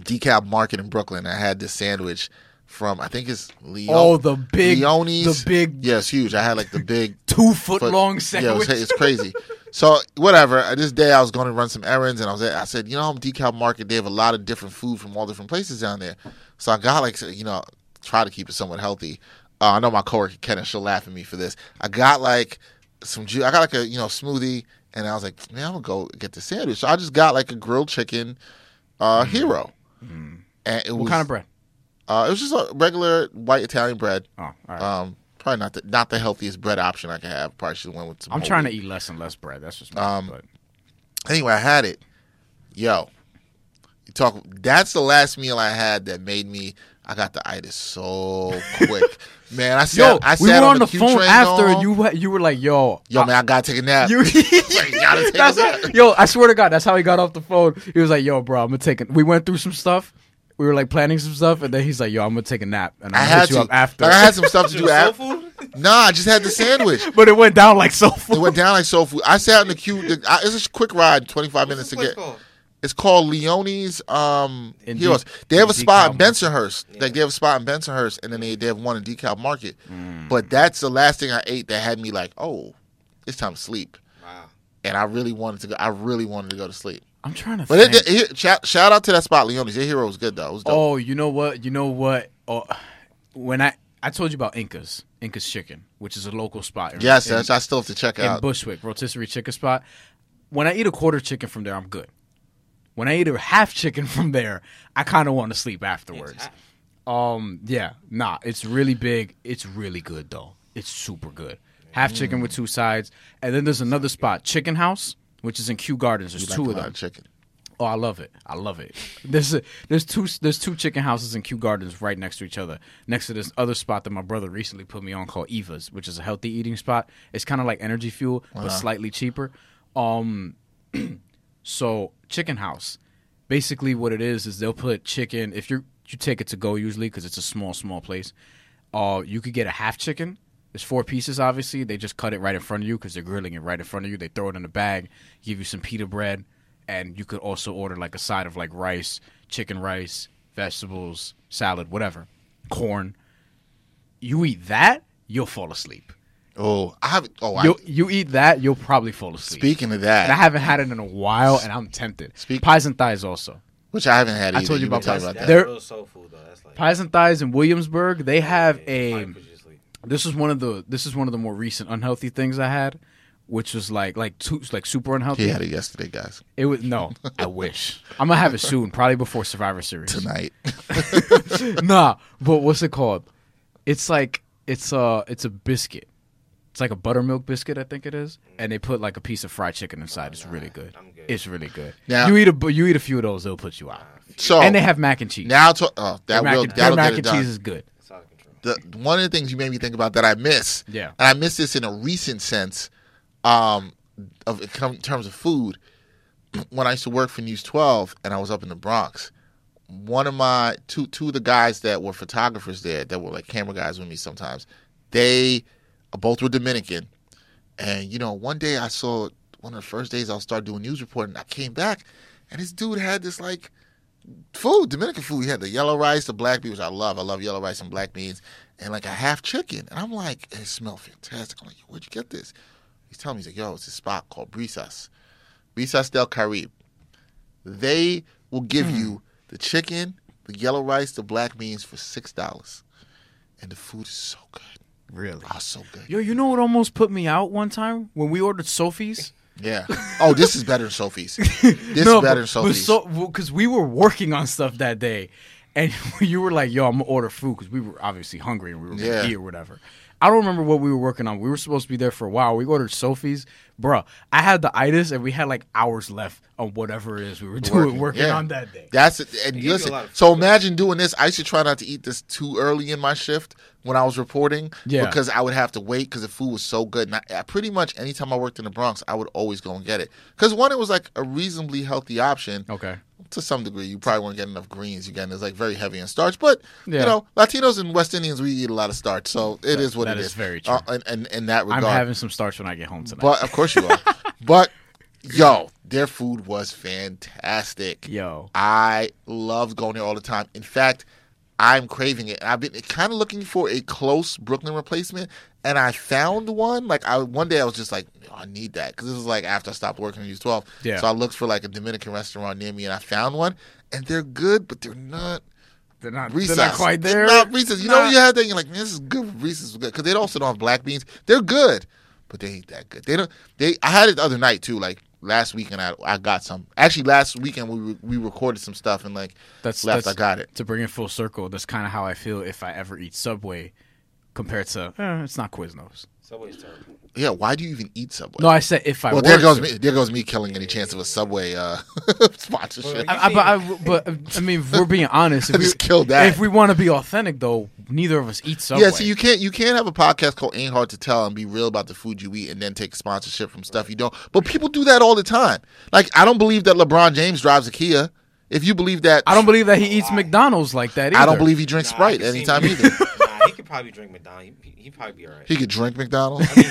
S1: Decab Market in Brooklyn. I had this sandwich from. I think it's Leon.
S2: Oh, the big-
S1: Leone's.
S2: the big-
S1: Yeah, it's huge. I had like the
S2: <laughs>
S1: big
S2: Two foot
S1: foot-
S2: long
S1: Yeah, it
S2: sandwich.
S1: was- it's
S2: <laughs>
S1: crazy. so whatever. uh, This day I was going to run some errands, and I was at, I said, you know, I'm Decal Market. They have a lot of different food from all different places down there. So I got like, you know, try to keep it somewhat healthy. Uh, I know my coworker Kenneth, she'll laugh at me for this. I got like some juice. I got like a you know smoothie, and I was like, man, I'm gonna go get the sandwich. So I just got like a grilled chicken uh, hero. And it was
S2: Mm-hmm. what kind of bread?
S1: Uh, it was just a regular white Italian bread.
S2: Oh, all right.
S1: Um, probably not the not the healthiest bread option I could have. Probably should have went with some.
S2: I'm
S1: whole
S2: trying
S1: wheat.
S2: to eat less and less bread. That's just me. but
S1: anyway, I had it. Yo, you talk. That's the last meal I had that made me. I got the itis so
S2: <laughs>
S1: quick, man. I sat.
S2: yo,
S1: I
S2: we were
S1: sat
S2: on, the
S1: Q
S2: phone
S1: train
S2: after, and
S1: dog.
S2: you wa- you were like, "Yo,
S1: Yo, man, I gotta take a nap. <laughs>
S2: <laughs> You,
S1: gotta take
S2: That's
S1: a
S2: how-
S1: nap.
S2: yo, I swear to God, that's how he got off the phone. He was like, "Yo, bro, I'm gonna take it." We went through some stuff. We were like planning some stuff, and then he's like, "Yo, I'm gonna take a nap, and
S1: I
S2: I'm gonna
S1: had
S2: hit you
S1: to.
S2: up after."
S1: Like, I had some stuff to
S3: Soul
S1: do after.
S3: food?
S1: Nah, I just had the sandwich.
S2: <laughs> but it went down like so.
S1: It went down like soul food. I sat in the queue. The, I, it's a quick ride, twenty five minutes to
S3: What's the place
S1: get.
S3: called?
S1: It's called Leone's um
S2: In
S1: Heroes.
S2: D-
S1: they have a
S2: in
S1: spot in
S2: Decal Market.
S1: Bensonhurst. Like they have a spot in Bensonhurst, and then they, they have one in Decal Market.
S2: Mm.
S1: But that's the last thing I ate that had me like, oh, it's time to sleep.
S3: Wow.
S1: And I really wanted to go. I really wanted to go to sleep.
S2: I'm trying to.
S1: But
S2: think.
S1: it, it, it- shout, shout out to that spot, Leone's. Their hero was good though. It was dope.
S2: oh, you know what? You know what? Oh, when I I told you about Incas, Incas Chicken, which is a local spot. in-
S1: yes,
S2: in-
S1: that's, I still have to check
S2: in
S1: out.
S2: Bushwick, rotisserie chicken spot. When I eat a quarter chicken from there, I'm good. When I eat a half chicken from there, I kind of want to sleep afterwards. Um, yeah, nah, it's really big. It's really good though. It's super good. Half chicken with two sides, and then there's another spot, Chicken House, which is in Kew Gardens. There's
S1: Like
S2: two
S1: a
S2: of
S1: lot
S2: them.
S1: chicken.
S2: Oh, I love it. I love it. There's a, there's two there's two chicken houses in Kew Gardens right next to each other. Next to this other spot that my brother recently put me on called Eva's, which is a healthy eating spot. It's kind of like energy fuel but slightly cheaper. Um so chicken house. Basically what it is is they'll put chicken if you're You take it to go usually because it's a small, small place. Uh, you could get a half chicken. There's four pieces, obviously. They just cut it right in front of you because they're grilling it right in front of you. They throw it in a bag, give you some pita bread, and you could also order like a side of like rice, chicken rice, vegetables, salad, whatever, corn. You eat that, you'll fall asleep.
S1: Oh, I have. Oh, I,
S2: You you eat that, you'll probably fall asleep.
S1: speaking of
S2: and I
S1: that,
S2: haven't had it in a while, and I'm tempted.
S1: Speak-
S2: Pies and thighs also.
S1: which I haven't had.
S2: I
S1: Either.
S2: told you
S1: been
S2: about
S1: talking
S2: that.
S1: about that.
S3: That's
S2: There-
S3: real soul food though. That's like
S2: Pies and thighs in Williamsburg, they have a.
S3: Probably put you to sleep.
S2: This is one of the this is one of the more recent unhealthy things I had, which was like like too, like super unhealthy.
S1: He had it yesterday, guys.
S2: It was no. I wish I'm gonna have it soon, probably before Survivor
S1: <laughs>
S2: Series.
S1: Tonight,
S2: <laughs> nah, but what's it called? It's like it's a it's a biscuit. It's like a buttermilk biscuit, I think it is, and they put like a piece of fried chicken inside. it's really good.
S3: I'm good.
S2: It's really good.
S1: Now-
S2: you eat a bu- you eat a few of those, they'll put you out.
S1: so
S2: and they have mac and cheese.
S1: now. To, oh,
S2: Their
S1: that
S2: mac,
S1: Oh. will
S2: and- their
S1: that'll
S2: mac
S1: get it
S2: and
S1: done.
S2: cheese is good.
S3: It's out of control.
S1: the one of the things you made me think about that I miss,
S2: Yeah.
S1: and I miss this in a recent sense, um, of in com- terms of food. <clears throat> When I used to work for News 12, and I was up in the Bronx, one of my two two of the guys that were photographers there, that were like camera guys with me sometimes, they uh, both were Dominican, and you know, one day I saw one of the first days I'll start doing news reporting. I came back, and this dude had this like food, Dominican food. We had the yellow rice, the black beans, which I love. I love yellow rice and black beans, and like a half chicken. And I'm like, it smelled fantastic. I'm like, "Yo, where'd you get this? He's telling me, he's like, yo, it's a spot called Brisas, Brisas del Caribe. They will give you the chicken, the yellow rice, the black beans for six dollars, and the food is so good.
S2: Really?
S1: Oh, so good.
S2: <laughs> Yo, you know what almost put me out one time when we ordered Sophie's?
S1: Yeah. Oh, this is better than Sophie's. This is better than Sophie's.
S2: Because we were working on stuff that day, and <laughs> you were like, "Yo, I'm gonna order food" because we were obviously hungry and we were gonna
S1: Yeah.
S2: eat or whatever. I don't remember what we were working on. We were supposed to be there for a while. We ordered Sophie's, bruh. I had the itis, and we had like hours left on whatever it is we were <laughs> doing working,
S1: yeah.
S2: on that day.
S1: That's it. And
S3: you do a
S1: listen,
S3: lot of
S1: so
S3: food.
S1: imagine doing this. I used to try not to eat this too early in my shift when I was reporting
S2: Yeah.
S1: because I would have to wait because the food was so good. And I, I pretty much anytime I worked in the Bronx, I would always go and get it. Because one, it was like a reasonably healthy option.
S2: Okay.
S1: To some degree, you probably won't get enough greens. You get it's like very heavy in starch, but
S2: Yeah.
S1: you know, Latinos and West Indians we eat a lot of starch, so it is what
S2: that
S1: it
S2: is
S1: is.
S2: very
S1: Uh,
S2: true.
S1: and, and in that
S2: I'm
S1: regard,
S2: having some starch when I get home tonight.
S1: but of course you
S2: <laughs>
S1: are. but yo, their food was fantastic.
S2: Yo.
S1: I loved going there all the time. In fact, I'm craving it, and I've been kind of looking for a close Brooklyn replacement. And I found one. Like I one day, I was just like, "Yo, I need that because this was like after I stopped working at News 12.
S2: Yeah.
S1: So I looked for like a Dominican restaurant near me, and I found one. And they're good, but they're not
S2: they're not,
S1: Reese's.
S2: they're not quite there.
S1: They're not Reese's. You know,
S2: Nah.
S1: you have that. You're like, man, this is good. Reese's good because they also don't have black beans. They're good, but they ain't that good. They don't. They. I had it the other night too. Like last weekend, I I got some. Actually, last weekend we re- we recorded some stuff and like
S2: that's
S1: left.
S2: That's,
S1: I got it.
S2: To bring it full circle, that's kind of how I feel if I ever eat Subway, compared to eh, it's not Quiznos.
S3: Subway's terrible.
S1: Yeah. Why do you even eat Subway?
S2: No, I said if I
S1: well,
S2: were
S1: there goes
S2: to.
S1: me. There goes me killing any chance of a Subway uh, <laughs> sponsorship.
S2: I, I, but, I, but I mean, if we're being honest.
S1: <laughs>
S2: If
S1: I
S2: we,
S1: just killed that.
S2: If we want to be authentic, though, neither of us eat Subway.
S1: Yeah, so you can't you can't have a podcast called Ain't Hard to Tell and be real about the food you eat and then take sponsorship from stuff you don't. But people do that all the time. Like I don't believe that LeBron James drives a Kia. If you believe that,
S2: I don't believe that he eats McDonald's like that. Either.
S1: I don't believe he drinks
S3: Nah, I
S1: Sprite
S3: could see him
S1: anytime
S3: drinking-
S1: either.
S3: <laughs> Nah, he could probably drink McDonald's. He, he, would probably be all right.
S1: He could drink McDonald's. <laughs>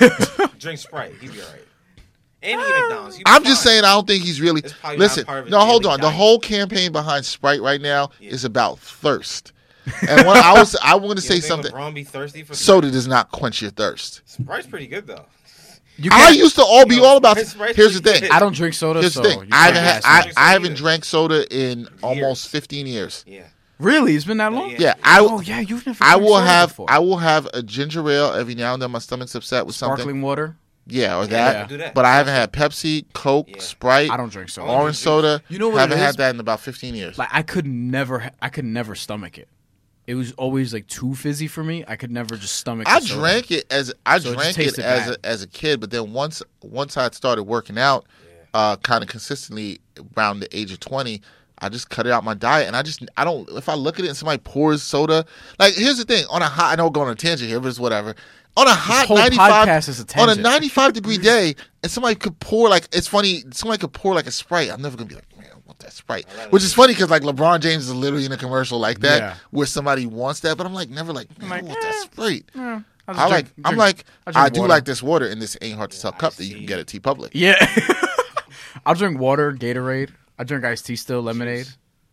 S3: drink Sprite. He'd be all right. And eat McDonald's. he'd be
S1: I'm just
S3: fine.
S1: saying I don't think he's really
S3: It's probably not
S1: listen.
S3: part of his
S1: No, hold
S3: daily
S1: on. The
S3: diet.
S1: whole campaign behind Sprite right now is about
S3: <laughs>
S1: thirst. And when I was I wanted to
S3: You
S1: say
S3: don't
S1: something.
S3: think LeBron be thirsty for
S1: Soda does not quench your thirst.
S3: Sprite's pretty good though.
S2: You
S1: I
S2: can't-
S1: used to all be
S3: No,
S1: all about.
S3: Sprite's pretty
S1: Here's the
S3: <laughs>
S1: thing.
S3: good.
S2: I don't drink soda.
S1: Here's
S2: so
S1: the thing.
S2: you
S1: I
S2: can't
S1: haven't had,
S2: ask me.
S1: I,
S3: drink soda
S1: I haven't
S3: either.
S1: drank soda in almost 15 years.
S3: Yeah.
S2: really, it's been that long.
S3: Yeah.
S1: Yeah, I
S2: oh yeah, you've never.
S1: I
S2: drank
S1: will
S2: soda
S1: have
S2: before.
S1: I will have a ginger ale every now and then. My stomach's upset with something.
S2: sparkling water.
S1: Yeah, or
S3: I
S1: that.
S3: do that.
S1: But I haven't had Pepsi, Coke,
S3: Yeah.
S1: Sprite.
S2: I don't drink soda.
S1: Orange soda.
S2: You know what it
S1: Haven't
S2: is?
S1: had that in about 15 years.
S2: Like I could never. ha- I could never stomach it. It was always like too fizzy for me. I could never just stomach.
S1: I
S2: the soda.
S1: drank it as I
S2: So it just
S1: drank it
S2: tasted
S1: as
S2: bad.
S1: a, as a kid, but then once once I started working out, uh, kind of consistently around the age of twenty, I just cut it out my diet, and I just I don't if I look at it and somebody pours soda, like here's the thing on a hot I know we're going on a tangent here, but it's whatever. On a hot
S2: whole
S1: ninety
S2: podcast is a
S1: five on a
S2: tangent.
S1: ninety five degree day, and somebody could pour like it's funny somebody could pour like a sprite. I'm never gonna be like man. want that Sprite. Which is funny because like LeBron James is literally in a commercial like that
S2: Yeah.
S1: where somebody wants that, but I'm like never like, man,
S2: like, "Eh,
S1: I want that Sprite.
S2: I'll just
S1: I like
S2: drink-
S1: I'm
S2: drink-
S1: like
S2: I'll drink
S1: I do
S2: water.
S1: like this water in this ain't hard to sell cup that you can get at T Public.
S2: Yeah. <laughs> I'll drink water, Gatorade. I drink iced tea still, lemonade.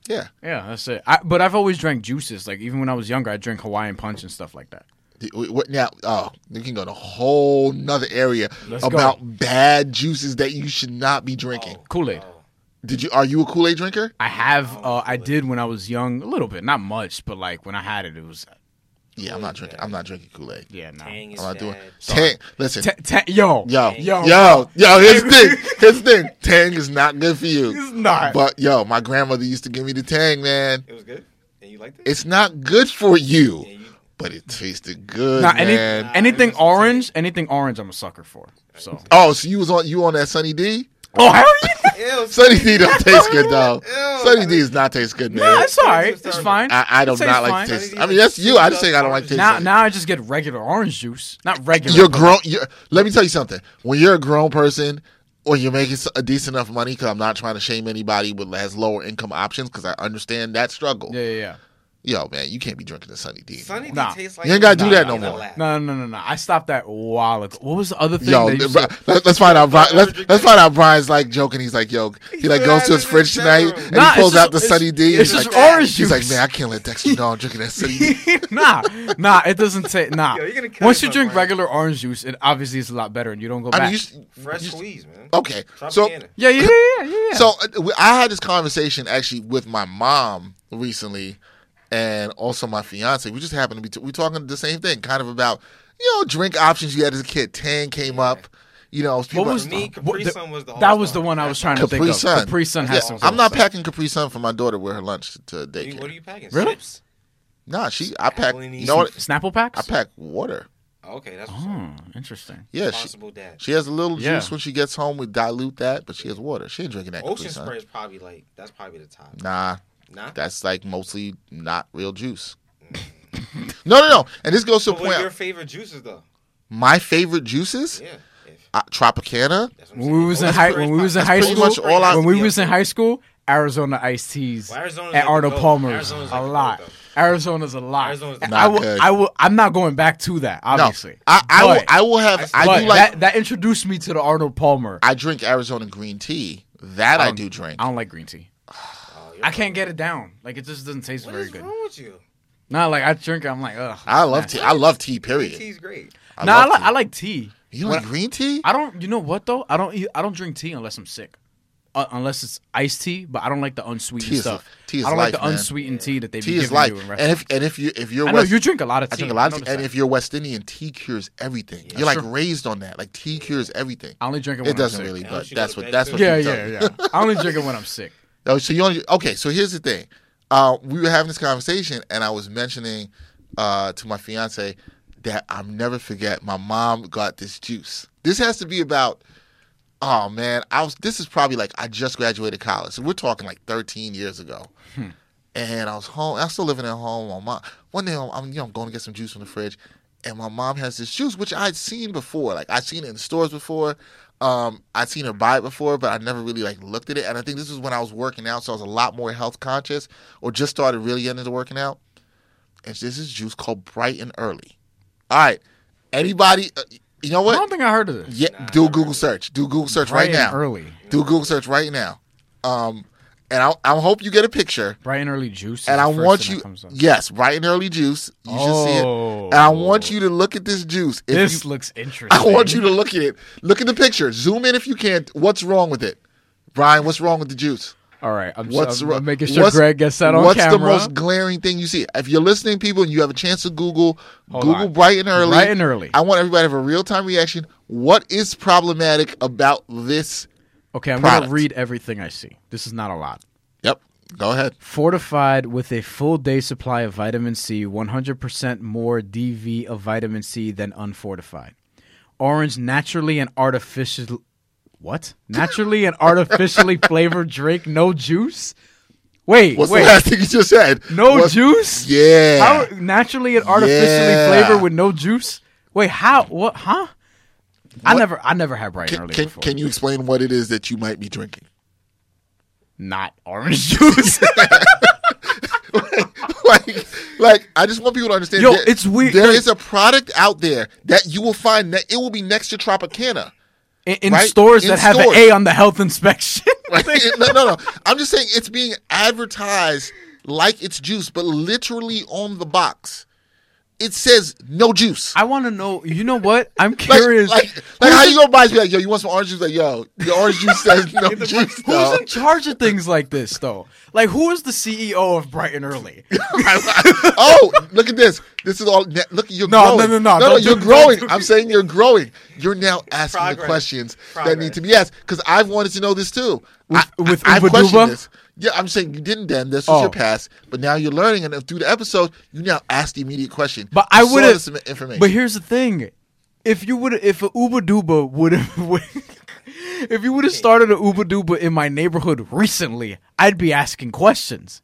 S1: Yeah.
S2: Yeah, that's it. I, but I've always drank juices. Like even when I was younger, I drank Hawaiian punch and stuff like that.
S1: The- wait, What now? Oh, you can go to a whole nother area
S2: Let's go.
S1: about bad juices that you should not be drinking.
S2: Kool
S1: Oh.
S2: Aid.
S1: Did you? Are you a Kool Aid drinker?
S2: I have. Uh, I did when I was young, a little bit, not much, but like when I had it, it was
S1: Yeah, I'm not drinking. I'm not drinking Kool Aid.
S2: yeah. No.
S3: Tang is
S1: I'm not doing.
S3: bad.
S1: Tang, listen,
S2: Ta- ta- yo,
S1: yo,
S2: yo,
S1: yo, yo, Here's the thing. Here's the thing. Tang is not good for you.
S2: It's not.
S1: But yo, my grandmother used to give me the Tang, man.
S3: It was good. And you liked it?
S1: It's not good for you,
S3: Yeah, you-
S1: but it tasted good,
S2: Nah, any,
S1: man.
S2: anything orange, anything orange, I'm a sucker for. So.
S1: oh, so you was on you on that Sunny D?
S2: Oh, hell yeah!
S3: Ew,
S1: Sunny D
S2: <laughs>
S1: don't taste good though.
S3: Ew.
S1: Sunny D does not taste good, man.
S2: Nah, it's all right. It's
S3: terrible.
S2: fine.
S1: I, I do
S2: It tastes
S1: not like
S2: fine.
S1: to taste.
S3: Sunny D
S1: I mean,
S3: like
S1: that's you. I
S3: souped
S1: just saying I don't
S3: up
S1: like to taste.
S2: Now,
S1: it.
S2: now I just get regular orange juice, not regular.
S1: you're
S2: but-
S1: grown. You're, let me tell you something. When you're a grown person, when you're making s- a decent enough money, because I'm not trying to shame anybody with has lower income options, because I understand that struggle.
S2: Yeah, yeah, yeah.
S1: Yo, man, you can't be drinking the Sunny D.
S3: Sunny D
S2: Nah.
S3: tastes like
S1: You ain't gotta do that no
S3: in a
S1: more.
S3: lab.
S2: No, no, no, no. I stopped that a while ago. What was the other thing?
S1: Yo,
S2: that you
S1: th-
S2: said?
S1: let- let's find out. Brian, let's let's find out. Brian's like joking. He's like, yo, he like goes to his fridge tonight and
S2: Nah,
S1: he pulls
S2: it's just-
S1: out the
S2: it's-
S1: Sunny D.
S2: it's
S1: he's
S2: just
S1: like,
S2: orange
S1: He's like,
S2: juice.
S1: man, I can't let
S2: <laughs>
S1: Dexter know I'm drinking that Sunny D.
S2: nah, nah. It doesn't <laughs> say nah.
S3: Yo, you're gonna kill
S2: Once you
S3: yourself,
S2: drink
S3: Brian.
S2: regular orange juice, it obviously is a lot better, and you don't go
S1: I
S2: back.
S1: mean, you, s-
S3: Fresh squeeze, man.
S1: okay? So
S3: Tropicana.
S2: yeah, yeah, yeah, yeah, yeah.
S1: So uh, we- I had this conversation actually with my mom recently, and also my fiance. We just happened to be t- we talking the same thing, kind of about you know drink options you had as a kid. Tang came up, you know. People,
S2: what was
S3: For me,
S2: the-
S3: Capri
S2: what
S3: Sun was the
S2: that was
S3: all-star.
S2: the one I was trying to
S1: Capri
S2: think
S1: Sun?
S2: of. Capri Sun has some.
S1: I'm
S2: good
S1: not
S2: stuff.
S1: packing Capri Sun for my daughter with her lunch to
S3: You-
S1: daycare.
S3: What are you packing?
S2: Really?
S3: Chips?
S1: nah, she I pack.
S3: Appleini.
S1: You know what?
S2: Snapple packs.
S1: I pack water.
S3: Okay, that's what's up.
S2: Oh, interesting.
S1: Yeah, she,
S3: Responsible dad.
S1: she has a
S3: Mm.
S1: little
S2: Yeah.
S1: juice when she gets home. We dilute that, but she has water. She ain't drinking that Capri
S3: Ocean
S1: Sun.
S3: spray is probably like that's probably the top.
S1: Nah,
S3: Nah.
S1: that's like mostly not real juice. no, no, no. And this goes to a
S3: But Mm. what
S1: point.
S3: are your favorite juices though?
S1: my favorite juices
S3: Yeah. If,
S1: uh, Tropicana.
S3: that's what I'm
S2: When we
S3: saying.
S2: was in
S3: Ocean
S2: high,
S3: spray is
S2: when we was in
S3: probably-
S2: high
S1: pretty
S2: school,
S1: much all I-
S2: when we was in high school, Arizona iced teas
S3: Well, Arizona's like
S2: at
S3: the
S2: Arnold
S3: goat.
S2: Palmer's
S3: Arizona's
S2: a
S3: like the
S2: lot.
S3: goat,
S2: Arizona's a lot.
S3: Arizona's
S2: And
S3: the
S2: I
S1: goat.
S2: will,
S1: Not good.
S2: I will, I'm not going back to that.
S1: No,
S2: Obviously,
S1: I, I will.
S2: But-
S1: I will have. I,
S2: but
S1: do like.
S2: that, that introduced me to the Arnold Palmer. Um,
S1: I drink Arizona green tea. That I, do drink.
S2: I don't like green tea.
S3: Oh, you're
S2: I can't get it down. Like it just doesn't taste
S3: What
S2: very
S3: is
S2: good.
S3: wrong with you?
S2: Not like I drink. it, I'm like ugh.
S1: I love tea. I love tea. Period.
S3: Tea's great.
S1: I
S2: no, I,
S1: love
S2: li-
S1: tea.
S2: I like tea.
S1: You like green tea?
S2: I don't. You know what though? I don't. Eat, I don't drink tea unless I'm sick, uh, unless it's iced tea. But I don't like the unsweetened
S1: Tea is-
S2: stuff.
S1: tea is
S2: I don't
S1: life,
S2: like the
S1: man.
S2: unsweetened tea that they be
S1: tea is
S2: giving
S1: life.
S2: you in
S1: And
S2: restaurants.
S1: if and if you if you're
S2: I know
S1: West,
S2: you drink a lot of tea.
S1: I drink a lot of tea.
S2: noticed
S1: And
S2: that.
S1: if you're West Indian, tea cures everything. you're like raised on that. Like tea cures everything.
S2: I only drink it when
S1: It doesn't
S2: I'm sick.
S1: really,
S3: Yeah,
S1: but
S3: she
S1: that's
S3: go to
S1: what
S3: bed
S1: that's
S3: too.
S1: what.
S2: Yeah,
S1: you tell
S2: yeah,
S1: me.
S2: yeah. I only drink it when
S1: <laughs>
S2: I'm sick.
S1: Oh, so you only okay? So here's the thing. Uh, we were having this conversation, and I was mentioning uh, to my fiance that I'll never forget. My mom got this juice. This has to be about. Oh man, I was. This is probably like I just graduated college. So we're talking like 13 years ago.
S2: Hmm.
S1: And I was home. I was still living at home. My mom. One day I'm, you know, I'm going to get some juice from the fridge, and my mom has this juice which I'd seen before. Like I'd seen it in stores before. Um, I'd seen her buy it before, but I never really like looked at it. And I think this was when I was working out, so I was a lot more health conscious, or just started really getting into working out. And this is juice called Bright and Early. All right, anybody, uh, you know
S2: I
S1: what?
S2: don't think I heard of this.
S1: Yeah, do a Google search. Do a Google search
S2: Bright
S1: right now.
S2: and early.
S1: Do a Google search right now. Um, and I, I hope you get a picture
S2: Bright and early juice. is
S1: and
S2: the
S1: I
S2: first
S1: want
S2: thing
S1: you,
S2: that comes up.
S1: yes, bright and early juice. You should see it,
S2: Oh.
S1: and I want you to look at this juice. If
S2: This
S1: you, <laughs>
S2: looks interesting.
S1: I want you to look at it. Look at the picture. Zoom in if you can. What's wrong with it, Brian? What's wrong with the juice?
S2: All right, Uh, I'm,
S1: What's
S2: what's
S1: wrong?
S2: making sure Greg gets that on
S1: what's
S2: camera.
S1: the most glaring thing you see? If you're listening, people, and you have a chance to Google,
S2: Hold
S1: Google
S2: on.
S1: bright and early.
S2: Bright and early.
S1: I want everybody to have a real time reaction. What is problematic about this?
S2: okay, I'm
S1: product?
S2: gonna read everything I see. This is not a lot.
S1: Yep. Go ahead. <laughs>
S2: Fortified with a full day supply of vitamin C, 100% more DV of vitamin C than unfortified. Orange naturally and artificial. What? Naturally and
S1: <laughs>
S2: artificially flavored drink, no juice? Wait,
S1: What's
S2: wait.
S1: the last thing you just said?
S2: No
S1: What's-
S2: juice?
S1: Yeah.
S2: How naturally and artificially
S1: Yeah.
S2: flavored with no juice? Wait, how? What? Huh? I never, I never had bright and
S1: Can,
S2: early
S1: can,
S2: before. <laughs>
S1: can you explain what it is that you might be drinking?
S2: not orange <laughs>
S1: <laughs>
S2: juice.
S1: like, like I just want people to understand.
S2: Yo,
S1: there-
S2: it's weird,
S1: There
S2: like-
S1: is a product out there that you will find that it will be next to Tropicana.
S2: in, in
S1: Right?
S2: stores
S1: In
S2: that have
S1: stores.
S2: an A on the health inspection.
S1: <laughs> Right? no, no, no. I'm just saying it's being advertised like it's juice, but literally on the box, it says no juice. <laughs>
S2: I want to know. You know what? I'm
S1: Like,
S2: curious.
S1: like, like how you gonna buy? Like, yo, you want some orange juice? Like, yo, the orange juice says
S2: <laughs>
S1: no juice. though.
S2: Who's in charge of things like this, though? Like, who is the CEO of Bright and Early?
S1: <laughs> oh, look at this. This is all. ne- Look, you're
S2: No,
S1: growing.
S2: no, no, no.
S1: no,
S2: Don't
S1: you're
S2: do-
S1: growing.
S2: don't do-
S1: I'm saying you're growing. You're now asking the
S3: Progress.
S1: questions that need
S3: Progress.
S1: to be asked because I've wanted to know this too.
S2: With-
S1: I,
S2: with
S1: I, I've
S2: Uba
S1: questioned
S2: Duba?
S1: this. Yeah, I'm saying you didn't then. This was
S2: Oh.
S1: your past, but now you're learning, and through the episode, you now ask the immediate question.
S2: But
S1: <laughs>
S2: I
S1: You saw
S2: would
S1: this
S2: have.
S1: im- information.
S2: But here's the thing: if you would, if a Uber Duba would have, <laughs> if you would have started an Uber Duba in my neighborhood recently, I'd be asking questions.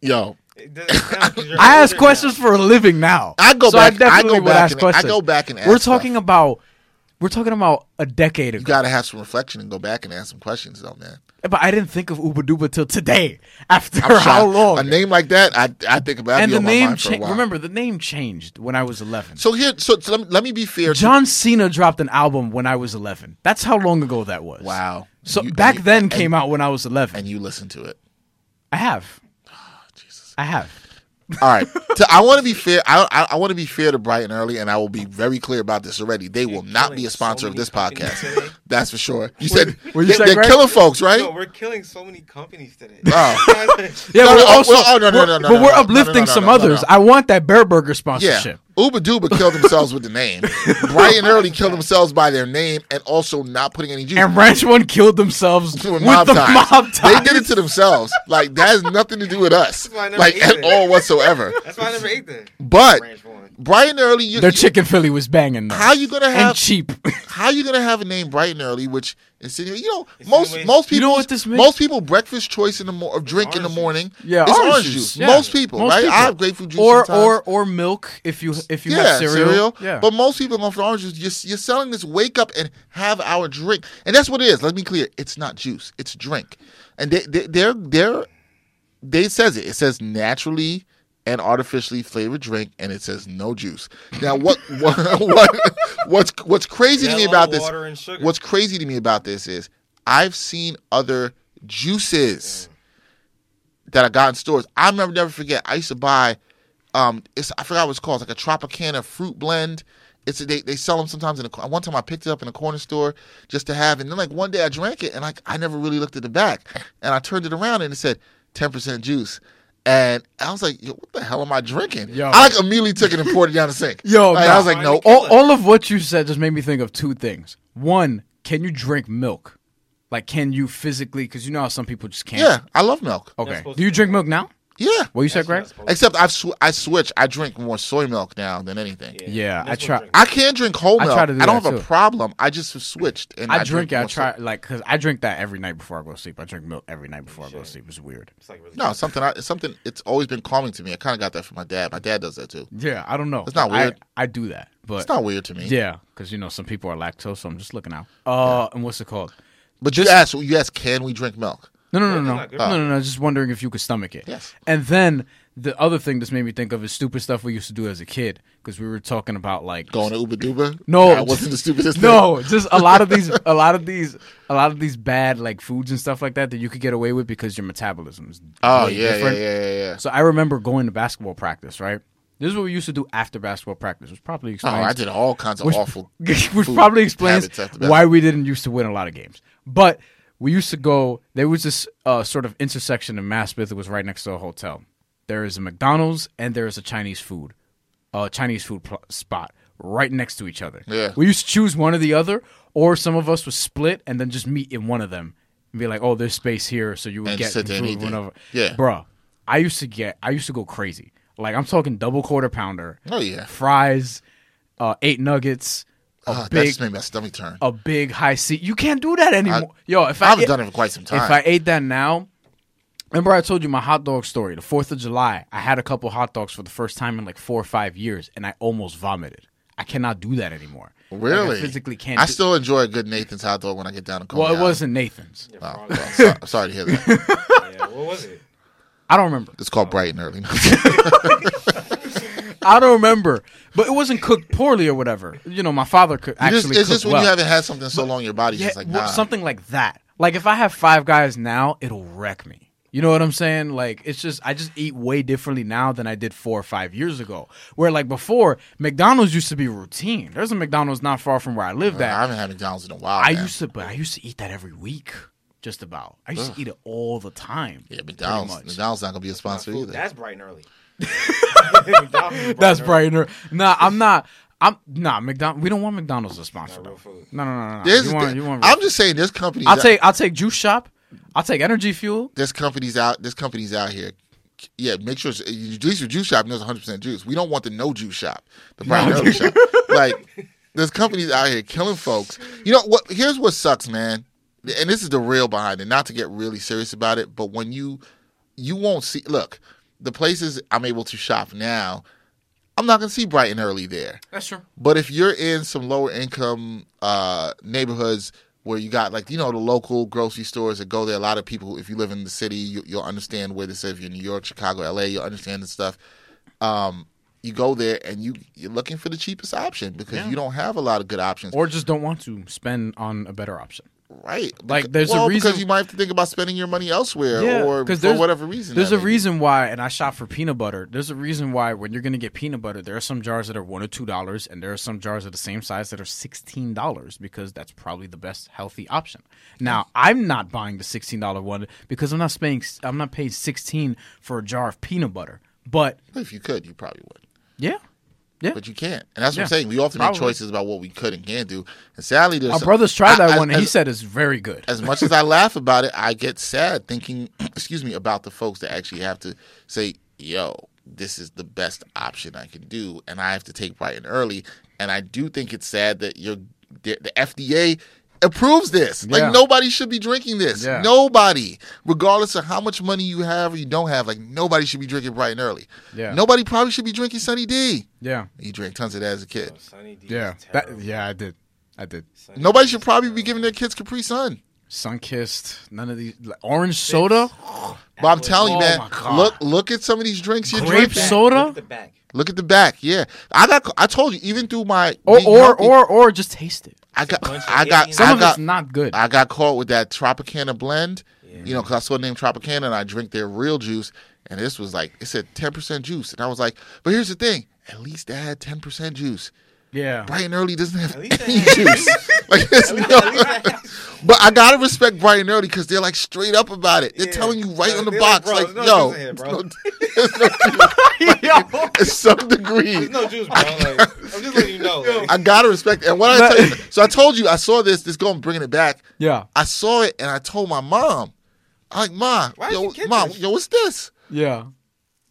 S1: yo,
S3: It doesn't count 'cause you're
S2: I ask
S3: older now.
S2: questions for a living now.
S1: I go
S2: so
S1: back-
S2: I
S1: I
S2: definitely
S1: go
S2: would
S1: back
S2: ask
S1: and- I
S2: questions.
S1: go back and ask
S2: We're
S1: stuff.
S2: talking about. We're talking about a decade ago.
S1: you got to have some reflection and go back and ask some questions, though, man.
S2: but I didn't think of Uber Duba till today. <laughs> After
S1: I'm
S2: how
S1: shocked.
S2: long?
S1: A name like that, I I think about.
S2: and
S1: it
S2: the
S1: on my
S2: name
S1: mind for a
S2: cha-
S1: while.
S2: remember the name changed when I was 11.
S1: So here, so, so let, me, let me be fair. to-
S2: John Cena dropped an album when I was 11. That's how long ago that was.
S1: Wow.
S2: So
S1: You-
S2: back
S1: and-
S2: then
S1: and-
S2: came out when I was 11.
S1: and you Ah, listen to it.
S2: I have. I have.
S1: All right. <laughs> So I want to be fair. I I, I want to be fair to Bright and Early, and I will be very clear about this already. They will not
S3: killing
S1: be a sponsor
S3: so
S1: of
S3: many
S1: this
S3: companies
S1: podcast.
S3: today.
S1: <laughs> That's for sure. You said
S2: what you
S1: they,
S2: said,
S1: are
S2: Greg?
S1: killing folks, right?
S3: No, we're killing so many companies today. <laughs>
S1: Oh.
S2: <laughs> Yeah,
S1: No,
S2: we're
S1: no, oh,
S2: also
S1: well, oh, no, no,
S2: we're-
S1: no, no,
S2: but
S1: no,
S2: we're
S1: no, no,
S2: uplifting
S1: no, no,
S2: some
S1: no, no,
S2: others.
S1: no.
S2: I want that Bear Burger
S1: yeah.
S2: sponsorship.
S1: Uber Duba killed themselves with the
S3: <laughs>
S1: name. Bright and Early killed themselves by their name and also not putting any juice.
S2: And Ranch One killed themselves
S1: <laughs>
S2: with,
S1: With
S2: the
S1: ties.
S2: mob ties.
S1: They did it to themselves. Like that has nothing to do with us.
S3: why I never
S1: Like
S3: ate
S1: at
S3: it.
S1: all whatsoever.
S3: That's why I never ate there.
S1: But
S3: Ranch one.
S1: Bright and Early, you,
S2: Their
S1: you,
S2: chicken Philly was banging though.
S1: how you gonna have
S2: and cheap.
S1: how you gonna have a name bright and early, which insinuates you know most
S3: Insinuates-
S1: most people
S2: You know what this means?
S1: most people breakfast choice in the mo- of drink in the
S3: orange juice.
S1: morning.
S2: Yeah,
S1: it's orange, juice.
S2: Yeah.
S1: Most people, right? I
S2: people.
S1: have grapefruit juice
S2: or
S1: sometimes.
S2: or or milk if you if you
S1: yeah,
S2: have cereal. Yeah.
S1: But most people go for orange juice. You're, you're selling this wake up and have our drink, and that's what it is. Let me clear: it's not juice; it's drink. And they they they're, they're they says it. It says naturally and artificially flavored drink, and it says no juice. Now, what <laughs> what, what what's what's crazy to me
S3: Yellow
S1: about this?
S3: water and sugar.
S1: What's crazy to me about this is I've seen other juices that I got in stores. I remember never forget. I used to buy, um, it's I forgot what it's called, it's like a Tropicana fruit blend. It's they they sell them sometimes in a cor- one time I picked it up in a corner store just to have, and then like one day I drank it and like I never really looked at the back, and I turned it around and it said ten percent juice. And I was like, Yo, "What the hell am I drinking?"
S2: Yo.
S1: I like immediately took it and poured it down the sink.
S2: <laughs> Yo,
S1: like, I
S2: nah.
S1: was like, "No, Oh,
S2: all, all of what you said just made me think of two things. One, can you drink milk? Like, can you physically? Because you know how some people just can't.
S1: yeah, I love milk.
S2: Okay.
S3: supposed
S2: Do you drink milk now?
S1: Yeah,
S2: What you said, Greg?
S1: Except I've sw- I switch. I drink more soy milk now than anything.
S2: Yeah, I
S3: That's what
S2: try.
S3: drink.
S1: I can drink whole
S2: I
S1: milk. I,
S2: try to do
S1: don't
S2: that,
S1: have a
S2: too.
S1: problem. I just have switched. And
S2: I drink it. I
S1: more
S2: try
S1: soy-
S2: like because I drink that every night before I go to sleep. I drink milk every night before I go to sleep. It's weird.
S3: It's like really
S1: No, it's something. I, it's something. It's always been calming to me. I kind of got that from my dad. My dad does that too.
S2: Yeah, I don't know.
S1: It's not
S2: I-
S1: weird.
S2: I, do that, but
S1: It's not weird to me.
S2: yeah, because you know some people are lactose, so I'm just looking out. Uh, and what's it called?
S1: But you asked. You asked. Can we drink milk?
S2: No, no, no, no,
S3: not
S2: no,
S3: good.
S2: no, no, no. Just wondering if you could stomach it.
S1: Oh. Yes.
S2: And then the other thing this made me think of is stupid stuff we used to do as a kid because we were talking about like
S1: Going to Uber Duba?
S2: No,
S1: that wasn't the stupidest.
S2: <laughs> No, just a lot of these, a lot of these, a lot of these bad like foods and stuff like that that you could get away with because your metabolism is
S1: Oh
S2: way
S1: yeah, yeah, yeah,
S2: different.
S1: yeah, yeah.
S2: So I remember going to basketball practice. Right, this is what we used to do after basketball practice, which probably
S1: Oh,
S2: explains
S1: I did all kinds of
S2: which,
S1: awful.
S2: <laughs> which
S1: food
S2: probably explains
S1: habits after that.
S2: why we didn't used to win a lot of games. But we used to go. There was this uh, sort of intersection in Maspeth. It was right next to a hotel. There is a McDonald's and there is a Chinese food, uh, Chinese food pl- spot right next to each other.
S1: Yeah.
S2: We used to choose one or the other, or some of us would split and then just meet in one of them and be like, "Oh, there's space here," so you would
S1: And
S2: get
S1: sit there and
S2: food,
S1: eat there.
S2: whatever.
S1: Yeah.
S2: Bruh, I used to get. I used to go crazy. Like I'm talking double quarter pounder
S1: Oh yeah.
S2: fries, uh, eight nuggets, a
S1: Ah, that
S2: big Oh,
S1: just made my stomach turn.
S2: a big high seat. You can't do that anymore. Yo, if
S1: I
S2: I,
S1: haven't
S2: ate-
S1: done it for quite some time.
S2: If I ate that now, remember I told you my hot dog story. The Fourth of July, I had a couple hot dogs for the first time in like four or five years, and I almost vomited. I cannot do that anymore. Like, I
S1: Really?
S2: physically can't.
S1: I
S2: do-
S1: still enjoy a good Nathan's hot dog when I get down to Coney
S2: Well, it
S1: Island.
S2: wasn't Nathan's.
S3: Yeah,
S1: Oh,
S3: frog
S1: well,
S3: legs.
S1: so- sorry to hear
S2: <laughs>
S1: that.
S3: yeah, what was it?
S2: I don't remember.
S1: It's called bright and early. <laughs>
S2: I don't remember. But it wasn't cooked poorly or whatever. You know, my father could
S1: You
S2: actually
S1: just- it's
S2: cook
S1: just when
S2: well.
S1: you haven't had something so long, your body's
S2: yeah,
S1: just like,
S2: well,
S1: nah.
S2: something like that. Like if I have five guys now, it'll wreck me. You know what I'm saying? Like it's just I just eat way differently now than I did four or five years ago. Where like before, McDonald's used to be routine. There's a McDonald's not far from where I lived
S1: I
S2: at.
S1: haven't had McDonald's in a while.
S2: I
S1: man.
S2: used to, but I used to eat that every week, just about. I used to eat it all the time.
S1: Yeah,
S2: pretty
S1: McDonald's.
S2: much.
S1: McDonald's not gonna be a sponsor either.
S3: That's bright and <laughs> early. That was bright
S2: That's
S3: and
S2: brightener. Nah, I'm not. I'm nah. McDonald. We don't want McDonald's as sponsor.
S3: Not real
S2: though.
S3: food.
S2: No, no, no, no. no.
S1: There's-
S2: You want, you want real
S1: I'm
S2: food.
S1: just saying, there's companies.
S2: I'll
S1: out-
S2: take. I'll take Juice Shop. I'll take Energy Fuel.
S1: There's companies out. There's companies out here. Yeah, make sure it's- at least your juice shop knows 100 percent juice. We don't want the no juice shop, the bright and early
S2: <laughs>
S1: shop. Like, there's companies out here killing folks. You know what? Here's what sucks, man. And this is the real behind it. Not to get really serious about it, but when you you won't see. Look, the places I'm able to shop now, I'm not gonna see bright and early there.
S2: That's true.
S1: But if you're in some lower income uh, neighborhoods where you got like you know the local grocery stores that go there, a lot of people. If you live in the city, you, you'll understand where this is. If you're in New York, Chicago, L.A., you'll understand this stuff. Um, you go there and you you're looking for the cheapest option because you don't have a lot of good options.
S2: Or just don't want to spend on a better option.
S1: right?
S2: like,
S1: Beca-
S2: there's a
S1: well, because
S2: reason-
S1: you might have to think about spending your money elsewhere or for
S2: there's-
S1: whatever reason.
S2: There's
S1: that
S2: a
S1: may be.
S2: reason why, and I shop for peanut butter. There's a reason why when you're gonna get peanut butter, there are some jars that are one or two dollars, and there are some jars of the same size that are sixteen dollars because that's probably the best healthy option. Now, I'm not buying the sixteen dollar one because I'm not spending. I'm not paying sixteen for a jar of peanut butter. But
S1: If you could, you probably would.
S2: yeah,
S1: But you can't. And that's what
S2: Yeah.
S1: I'm saying. We often
S2: Probably.
S1: make choices about what we could and can't do. And sadly, there's
S2: our
S1: some-
S2: brothers tried
S1: I-
S2: that
S1: I-
S2: one, and he
S1: as-
S2: said it's very good.
S1: as much as I laugh about it, I get sad thinking, <clears throat> excuse me, about the folks that actually have to say, yo, this is the best option I can do. And I have to take bright and early. And I do think it's sad that you're, the, the FDA approves this.
S2: Yeah.
S1: Like, nobody should be drinking this.
S2: Yeah.
S1: Nobody, regardless of how much money you have or you don't have, like, nobody should be drinking bright and early.
S2: Yeah.
S1: Nobody probably should be drinking Sunny D.
S2: yeah,
S1: You drank tons of that as a kid.
S3: Sunny D.
S2: yeah,
S3: is
S2: that,
S3: terrible.
S2: yeah. I did, I did.
S3: Sunny
S1: Nobody
S3: D
S1: should
S3: is
S1: probably be
S3: terrible.
S1: giving their kids Capri Sun.
S2: Sunkissed, none of these like, orange soda.
S1: But I'm telling you,
S2: Oh
S1: man,
S2: my God.
S1: look look at some of these drinks you're
S2: Grape
S1: drinking.
S2: soda?
S3: Look at the back.
S1: Look at the back. Yeah, I got. I told you, even through my
S2: or
S1: being
S2: or,
S1: healthy,
S2: or or just taste it.
S1: I got
S3: bunch of
S1: I got
S3: idiots.
S2: Some
S1: I
S2: of
S1: got
S2: it's not good.
S1: I got caught with that Tropicana blend. You know, because I saw the name Tropicana and I drink their real juice, and this was like it said ten percent juice, and I was like, but here's the thing, at least that had ten percent juice.
S2: yeah,
S1: <laughs> Bright and early doesn't have
S3: least
S1: any
S3: that-
S1: juice. <laughs> Like, there's no, <laughs> but I gotta respect Bright and early because they're like straight up about it. They're
S3: Yeah.
S1: telling you right
S3: They're
S1: on the
S3: like,
S1: box,
S3: "Bro,
S1: like,
S3: there's no
S1: yo,
S3: juice in here,
S1: there's
S3: bro."
S1: no, there's no juice. Like, it's <laughs> some degree.
S3: There's no juice, bro. Like, I'm just letting you know. Like,
S1: I gotta respect it. And what I
S2: But-
S1: tell you, so I told you I saw this. This going bringing it back.
S2: <laughs> yeah,
S1: I saw it and I told my mom. I'm like, ma,
S3: Why
S1: yo,
S3: did you get
S1: mom,
S3: this?"
S1: yo, what's this?
S2: yeah.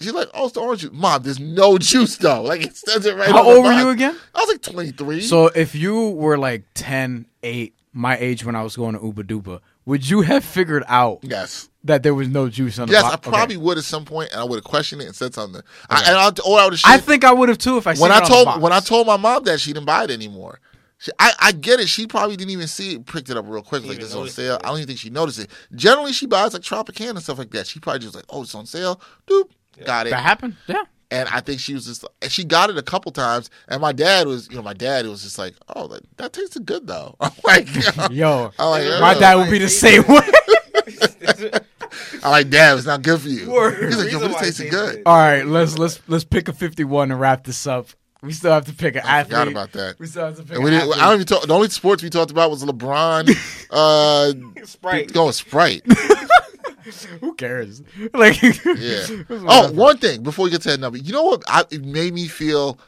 S1: She's like, oh, it's the orange juice. Mom, there's no <laughs> juice though. Like it says it right.
S2: How
S1: on the
S2: old were
S1: box.
S2: you again?
S1: I was like 23.
S2: So if you were like 10, 8, my age when I was going to Uba Duba, would you have figured out
S1: yes,
S2: that there was no juice on the
S1: yes, I
S2: box? Okay.
S1: probably would at some point, and I would have questioned it and said something. I, and I, or I would
S2: I
S1: have.
S2: think I would have too if I
S1: when
S2: seen
S1: I
S2: it on the
S1: told
S2: box.
S1: when I told my mom that she didn't buy it anymore. She, I, I get it. She probably didn't even see it. Picked it up real quick. Like
S3: even
S1: this is on
S3: notice it,
S1: sale. I don't even think she noticed it. Generally, she buys like Tropicana and stuff like that. She probably just like, oh, it's on sale. Doop, got it.
S2: that happened. Yeah,
S1: And I think she was just. And she got it a couple times. And my dad was, you know, my dad was just like, oh, that, that tasted good though. <laughs> I'm like,
S2: yo,
S1: I'm like,
S2: my
S1: "Ugh."
S2: dad would be the same way.
S1: I'm like, dad, it's not good for you. He's like, yo,
S3: Reason
S1: but it
S3: why it
S1: tasted
S3: tasted
S1: good.
S3: good.
S2: All right, let's let's let's pick a fifty-one and wrap this up. We still have to pick an
S1: I
S2: athlete.
S1: forgot about that.
S2: We still have to pick.
S1: And we
S2: an
S1: didn't, I
S2: athlete.
S1: don't even talk. The only sports we talked about was LeBron,
S3: <laughs>
S1: uh,
S3: Sprite.
S1: going Sprite.
S2: Who cares? <laughs> Like,
S1: Yeah. oh, one thing before we get to that number, you know what? I, it made me feel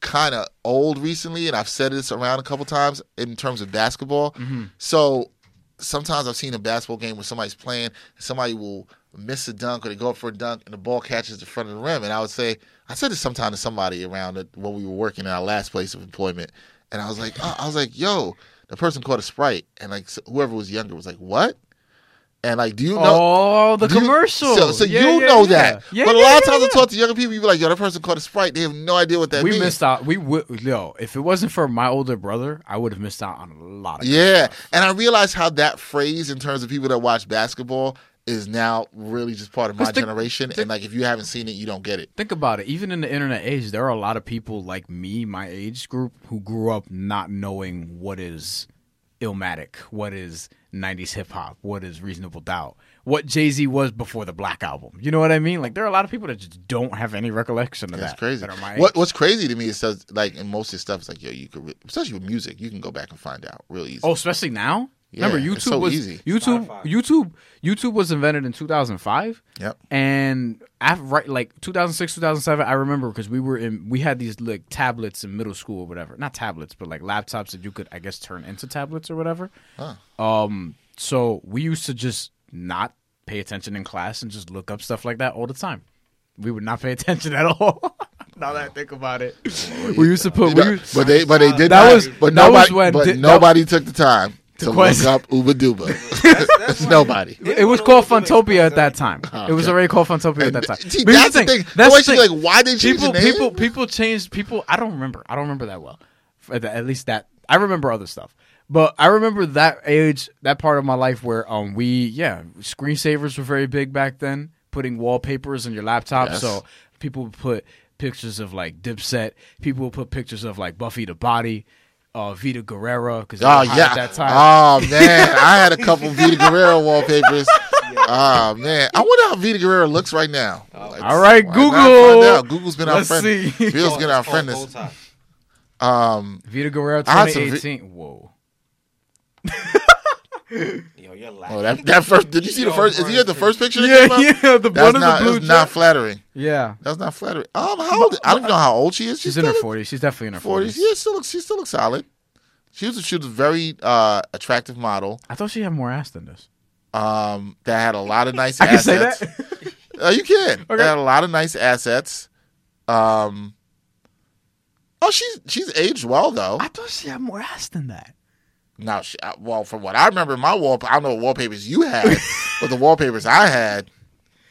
S1: kind of old recently, and I've said this around a couple times in terms of basketball. So sometimes I've seen a basketball game where somebody's playing, and somebody will miss a dunk or they go up for a dunk, and the ball catches the front of the rim. And I would say, I said this sometime to somebody around it when we were working in our last place of employment, and I was like, oh, I was like, yo, the person caught a sprite, and like whoever was younger was like, what?
S4: And like, do you know?
S2: oh, the
S4: do you-
S2: commercial.
S4: So, so
S2: Yeah,
S4: you
S2: yeah,
S4: know
S2: yeah.
S4: that.
S2: Yeah,
S4: but a
S2: yeah,
S4: lot of
S2: yeah,
S4: times
S2: yeah.
S4: I talk to younger people, you be like, yo, that person caught a sprite. They have no idea what that
S2: we
S4: means.
S2: missed out. We would yo. If it wasn't for my older brother, I would have missed out on a lot of.
S4: Yeah, and I realize how that phrase, in terms of people that watch basketball, is now really just part of my
S2: 'Cause the-
S4: generation. and like, if you haven't seen it, you don't get it.
S2: Think about it. Even in the internet age, there are a lot of people like me, my age group, who grew up not knowing what is Illmatic, what is 90s hip hop, what is Reasonable Doubt, what Jay Z was before the Black Album. You know what I mean? Like, there are a lot of people that just don't have any recollection of
S4: That's
S2: that.
S4: crazy.
S2: that are my
S4: What
S2: age.
S4: What's crazy to me is says like, in most of this stuff, it's like, yo, you could, re- especially with music, you can go back and find out real easy.
S2: Oh, especially now? Remember,
S4: Yeah,
S2: YouTube
S4: it's so
S2: was
S4: easy.
S2: YouTube
S3: Spotify.
S2: YouTube YouTube was invented in 2005.
S4: Yep.
S2: And af right like 2006 2007 I remember because we were in we had these like tablets in middle school or whatever. Not tablets, but like laptops that you could I guess turn into tablets or whatever. Um so we used to just not pay attention in class and just look up stuff like that all the time. We would not pay <laughs> attention at all. <laughs> now that I think about it. we used to put we used,
S4: Oh, but they, but they did
S2: That
S4: not.
S2: was-
S4: but
S2: that was
S4: nobody,
S2: when
S4: but
S2: di- that-
S4: nobody took the time to look
S2: question-
S4: up Uba
S2: <laughs>
S4: Duba.
S1: <laughs>
S3: That's, that's why-
S4: nobody.
S3: They
S2: it was
S3: don't know
S2: called
S3: what to do
S2: Funtopia
S3: next
S2: at that time. It was already called Funtopia at that time.
S4: See,
S2: But here's
S4: that's the thing.
S2: That's
S4: So
S2: the
S4: actually,
S2: thing.
S4: like, why they changed
S2: people,
S4: the name?
S2: people, people changed. People, I don't remember. I don't remember that well. For the- At least that I remember other stuff, but I remember that age, that part of my life where um we yeah screensavers were very big back then. Putting wallpapers on your laptop,
S4: Yes.
S2: so people would put pictures of like Dipset. People would put pictures of like Buffy the Body. Uh, Vita Guerrera, because
S4: Oh
S2: at
S4: yeah.
S2: that time.
S4: Oh
S2: <laughs>
S4: man, I had a couple Vita Guerrero wallpapers. Oh man, I wonder how Vita Guerrero looks right now. Like,
S2: Oh, All right,
S4: why not
S2: Google.
S4: find out? Google's been our
S2: Let's
S4: friend.
S2: see.
S4: Google's been our
S3: It's called
S4: friend.
S3: Old
S4: This.
S3: Top.
S4: Um,
S2: Vita Guerrero
S4: I had some vi-
S2: 2018. Whoa.
S3: Yo, you're
S4: oh,
S3: laughing.
S4: that that first. Did you see the
S3: Yo,
S4: first? Is
S3: bro.
S4: he at the first picture? that
S2: Yeah,
S4: came out?
S2: yeah, the
S4: That's
S2: one
S4: not.
S2: of the blue
S4: that's not
S2: jack-
S4: flattering.
S2: Yeah.
S4: That's not flattering. Um, how old? I don't even know how old she is.
S2: She's in her
S4: still
S2: 40s. She's definitely in her 40s.
S4: Forties. Yeah, she still looks. She still looks solid. She was. a- She was a very uh, attractive model.
S2: I thought she had more ass than this.
S4: Um, that had a lot of
S2: <laughs>
S4: nice.
S2: I can
S4: assets.
S2: say that.
S4: Oh, you can. They
S2: Okay.
S4: had a lot of nice assets. Um. Oh, she's she's aged well though.
S2: I thought she had more ass than that.
S4: Now, she, I- well, from what I remember, my wall. I don't know what wallpapers you
S2: <laughs>
S4: had, but the wallpapers I had.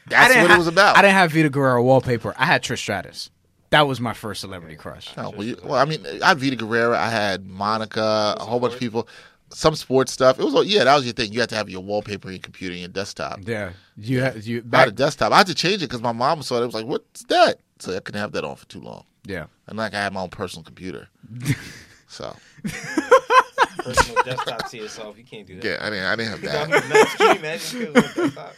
S4: That's what it was about.
S2: I didn't have Vita Guerrero wallpaper. I had Trish Stratus. That was my first celebrity crush.
S4: No, well, you- well, I mean, I had Vita Guerrera. I had Monica. A whole bunch of people. Some sports stuff. It was all yeah. That was your thing. You had to have your wallpaper, in your computer, and your desktop.
S2: Yeah. You had you
S4: I had a
S2: back,
S4: desktop. I had to change it because my mom saw it. It was like, "What's that?" So I couldn't have that on for too long.
S2: Yeah.
S4: And like, I had my own
S2: <laughs>
S4: personal computer. so
S3: Personal desktop to yourself. You can't do that.
S4: yeah, I didn't. I didn't
S3: <laughs>
S4: have
S3: That would
S4: that.
S3: be nuts. Can you imagine kids with a desktop?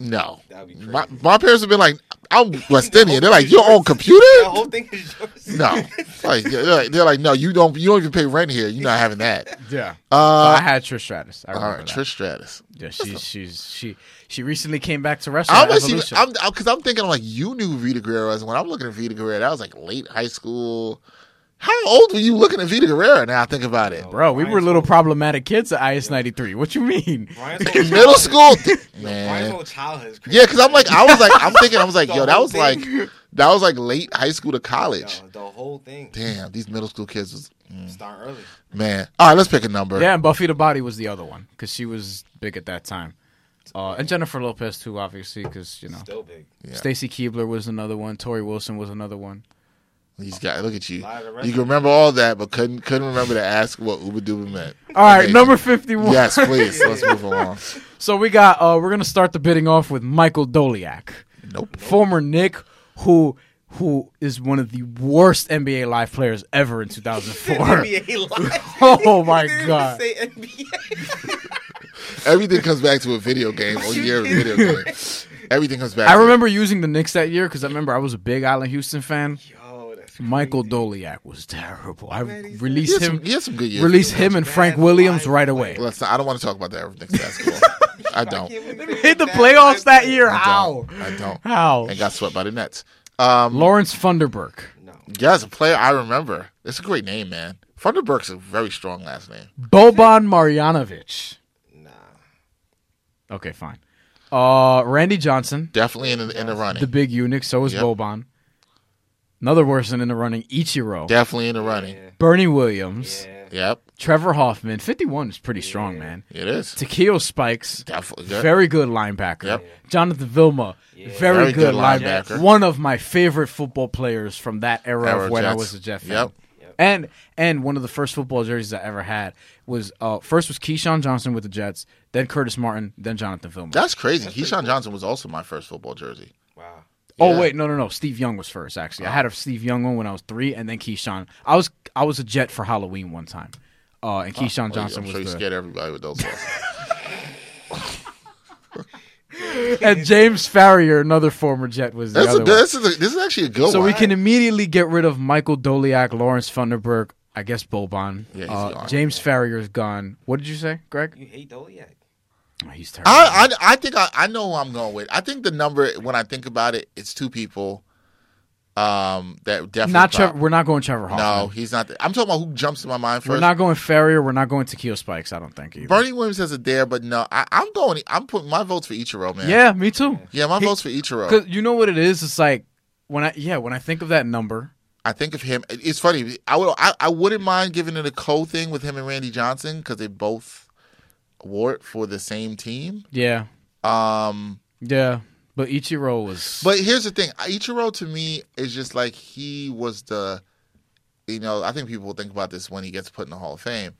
S4: No.
S3: That'd be
S4: My,
S3: crazy.
S4: my parents have been like, I'm West Indian. They're like, your own computer?
S3: <laughs> That whole thing is yours.
S4: <laughs> No. Like, they're like, they're like, no, you don't. You don't even pay rent here. You're not
S3: <laughs>
S4: having that.
S2: Yeah.
S4: Uh,
S2: I had Trish Stratus. I
S4: all
S2: remember
S4: right,
S2: that.
S4: Trish Stratus.
S2: yeah, she, she's she she recently came back to wrestling.
S4: I almost even,
S2: Evolution.
S4: I'm because I'm thinking I'm like you knew Vita Guerrero as when I'm looking at Vita Guerrero. That was like late high school. How old were you looking at Vita Guerrero? Now I think about it.
S2: Oh, Bro, we were
S3: Brian's
S2: little
S3: old.
S2: problematic kids at IS ninety three. What you
S3: <laughs>
S2: mean?
S3: Brian's whole
S4: <laughs> Middle
S3: childhood- <laughs> Brian's
S4: school, <laughs> man.
S3: whole childhood is crazy.
S4: Yeah, because I'm like I was like I'm thinking I was
S3: <laughs>
S4: like
S3: The
S4: yo that
S3: whole
S4: was like
S3: thing.
S4: that was like late high school to college.
S3: Yo, Uh, the whole thing.
S4: Damn, these middle school kids was
S3: Start early.
S4: man. All right, let's pick a number.
S2: Yeah, and Buffy the Body was the other one because she was big at that time, uh, and Jennifer Lopez too, obviously, because you know
S3: Still big.
S4: Yeah.
S2: Stacy Keebler was another one, Tori Wilson was another one.
S4: These guys, look at you.
S3: Lot of
S4: You
S3: resumes.
S4: can remember all that, but couldn't couldn't remember to ask what Uber Duba meant.
S2: All right,
S4: Amazing.
S2: number fifty-one.
S4: Yes, please. Let's move along.
S2: <laughs> So we got uh, we're gonna start the bidding off with Michael Doliak,
S4: Nope.
S2: former Nick, who who is one of the worst NBA live players ever in two thousand four.
S3: NBA live.
S2: <laughs> Oh my
S3: <laughs> He didn't even
S2: god!
S3: Say NBA.
S4: Everything comes back to a video game or year of video game. Everything comes back.
S2: I
S4: to it.
S2: remember using the Knicks that year because I remember I was a big Island Houston fan.
S3: Yo, that's
S2: Michael Doliak was terrible. I
S3: he's-
S4: He had,
S2: released
S4: some,
S2: him.
S4: he had some good years.
S2: Release him and
S3: bad
S2: Frank Williams
S3: live
S2: right
S3: play.
S2: away.
S4: Let's not, I don't want to talk about that next basketball.
S2: <laughs>
S4: I don't. I
S2: Hit the playoffs that year. How?
S4: don't. I don't.
S2: How?
S4: And got swept by the Nets. Um,
S2: Lawrence Funderburk.
S3: No.
S4: yeah, as a player, I remember. It's a great name, man. Thunderberg's a very strong last name.
S2: Boban Marjanovic.
S3: Nah.
S2: Okay, fine. Uh, Randy Johnson,
S4: Definitely in the, in the running.
S2: the big eunuch. So is
S4: Yep.
S2: Boban. Another person in the running, Ichiro.
S4: Definitely in the running.
S3: Yeah.
S2: Bernie Williams.
S3: Yeah.
S4: Yep,
S2: Trevor Hoffman, 51 is pretty strong, man.
S4: it is.
S2: Takeo Spikes,
S4: Definitely good.
S2: very good linebacker.
S4: Yep.
S2: Jonathan Vilma, very,
S4: Very
S2: good,
S4: good
S2: linebacker.
S4: linebacker.
S2: One of my favorite football players from that era
S4: Era
S2: of when I
S4: Jets.
S2: was a Jet fan.
S4: Yep.
S2: And and one of the first football jerseys I ever had was uh, first was Keyshawn Johnson with the Jets, then Curtis Martin, then Jonathan Vilma.
S4: That's crazy. Keyshawn Johnson was also my first football jersey.
S3: Wow.
S2: Oh wait, no, no, no. Steve Young was first. Actually,
S4: Oh.
S2: I had a Steve Young one when I was three, and then Keyshawn. I was I was a Jet for Halloween one time, uh, and Keyshawn Johnson
S4: Oh, I'm sure you
S2: was the,
S4: scared everybody with those. ones.
S2: <laughs> and James Farrier, another former Jet, was the
S4: That's a
S2: other
S4: good.
S2: one.
S4: This is, a, this is actually a good
S2: So
S4: one.
S2: we can immediately get rid of Michael Doliak, Lawrence Funderburg, I guess Boban.
S4: Yeah, he's
S2: uh,
S4: gone.
S2: James Farrier's gone. What did you say, Greg?
S3: You hate Doliak.
S2: Oh, he's terrible.
S4: I, I I think I, I know who I'm going with. I think the number when I think about it, it's two people. Um, that definitely
S2: not
S4: pop-
S2: Trevor, we're not going Trevor Hoffman.
S4: No, he's not. The, I'm talking about who jumps to my mind 1st
S2: we're not going Farrier. We're not going Tequila Spikes. I don't think either.
S4: Bernie Williams has a dare, but no, I, I'm going. I'm putting my votes for Ichiro, man.
S2: yeah, me too.
S4: yeah, my votes for Ichiro.
S2: Cause you know what it is? It's like when I yeah when I think of that number.
S4: I think of him. It's funny. I would. I, I wouldn't mind giving it a co thing with him and Randy Johnson because they both award for the same team.
S2: Yeah,
S4: Um,
S2: yeah. But Ichiro was.
S4: but here's the thing. Ichiro to me is just like he was the. You know, I think people will think about this when he gets put in the Hall of Fame.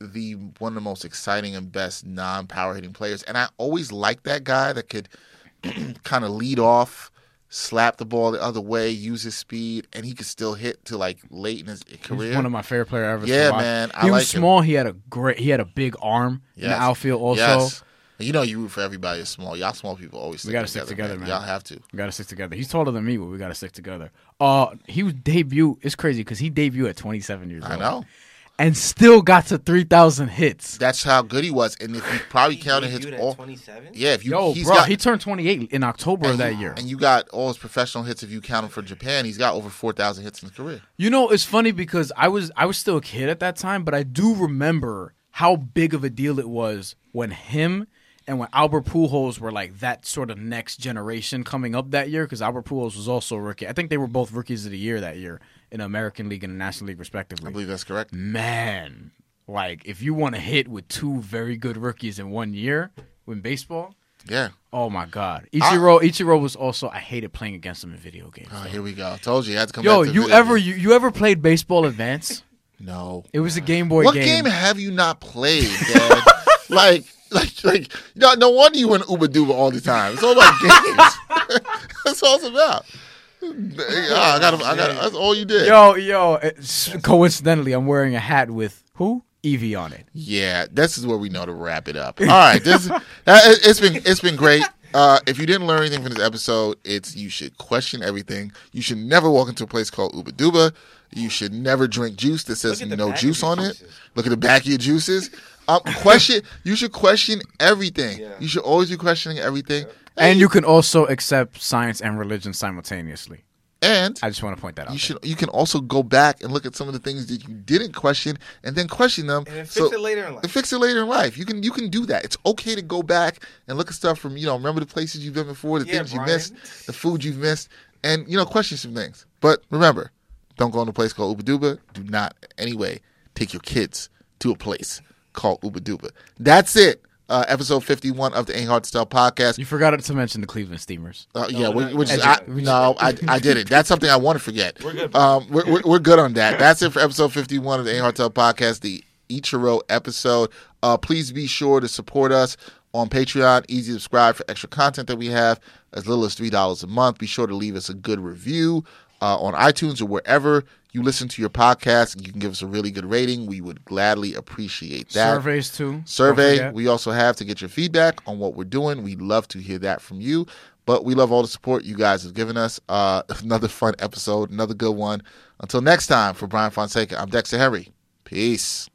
S4: The one of the most exciting and best non-power hitting players, and I always liked that guy that could <clears throat> kind of lead off, slap the ball the other way, use his speed, and he could still hit to like late in his
S2: He's
S4: career.
S2: one of my favorite player ever. to
S4: Yeah,
S2: watch.
S4: man, I
S2: he
S4: like
S2: was
S4: him.
S2: small. He had a great. He had a big arm in the
S4: Yes.
S2: outfield. Also,
S4: Yes. You know you root for everybody that's small. Y'all small people always stick
S2: gotta
S4: together,
S2: stick together, man.
S4: Y'all have to.
S2: We gotta stick together. He's taller than me, but we gotta stick together. Uh, he was debut. It's crazy because he debuted at 27 years
S4: I
S2: old.
S4: know.
S2: and still got to 3,000 hits.
S4: That's how good he was. And if you probably
S3: He
S4: counted his
S3: debuted at
S4: all,
S3: 27.
S4: yeah, if you
S2: Yo,
S4: he's
S2: bro,
S4: got,
S2: he turned 28 in October of
S4: and
S2: that
S4: you-
S2: year.
S4: and you got all his professional hits. If you count him for Japan, he's got over four thousand hits in his career.
S2: You know, it's funny because I was I was still a kid at that time, but I do remember how big of a deal it was when him and when Albert Pujols were like that sort of next generation coming up that year because Albert Pujols was also a rookie. I think they were both rookies of the year that year in the American League and the National League respectively.
S4: I believe that's correct.
S2: man, like if you want to hit with two very good rookies in one year in baseball,
S4: Yeah.
S2: oh my god. Ichiro Ichiro was also I hated playing against him in video games.
S4: Oh, here we go. Told you, you had to come.
S2: Yo,
S4: back to
S2: you
S4: video
S2: ever
S4: game.
S2: you, you ever played baseball advance?
S4: No.
S2: It was a Game Boy
S4: What
S2: game.
S4: game have you not played,
S2: <laughs>
S4: Dad? like, like, like. No, no wonder you went Uber Duba all the time. It's all about games. <laughs> that's all it's about. Ah, I got. I got. That's all you did.
S2: Yo, yo, it's- coincidentally I'm wearing a hat with who? Evie on it.
S4: Yeah, this is where we know to wrap it up. All right, <laughs> this uh, it- it's been it's been great. Uh, if you didn't learn anything from this episode, it's you should question everything. You should never walk into a place called Uba Duba. You should never drink juice that says
S3: Look at the
S4: no
S3: back of
S4: juice
S3: your
S4: on it.
S3: juices.
S4: Look at the back of your juices. Um, question. you should question everything.
S3: Yeah.
S4: You should always be questioning everything.
S2: And you can also accept science and religion simultaneously.
S4: And
S2: I just want to point that out.
S4: you should. You can also go back and look at some of the things that you didn't question, and then question them.
S3: And then fix
S4: So-
S3: it later in life.
S4: And fix it later in life. You can you can do that. It's okay to go back and look at stuff from you know remember the places you've been before, the
S3: Yeah,
S4: things
S3: Brian.
S4: you missed, the food you've missed, and you know question some things. But remember, don't go in a place called Uba Duba. Do not anyway take your kids to a place called Uba Duba. That's it. Uh, episode fifty one of the Ain't Hard to Tell podcast.
S2: you forgot to mention the Cleveland Steamers.
S4: Uh, yeah,
S3: we're
S4: we
S3: not
S4: which
S3: going
S4: is, I,
S3: back.
S4: no, I, I didn't. That's something I want to forget. We're
S3: good, bro.
S4: Um, we're, we're, we're good on that. That's it for episode 51 of the Ain't Hard Tell podcast, the Ichiro episode. Uh, please be sure to support us on Patreon. Easy to subscribe for extra content that we have, as little as $3 a month. Be sure to leave us a good review uh, on iTunes or wherever you listen to your podcast. You can give us a really good rating. We would gladly appreciate that
S2: Surveys too. Mm-hmm. Don't
S4: survey
S2: forget.
S4: we also have to get your feedback on what we're doing we love to hear that from you but we love all the support you guys have given us uh, <laughs> another fun episode another good one until next time for brian fonseca i'm dexter henry peace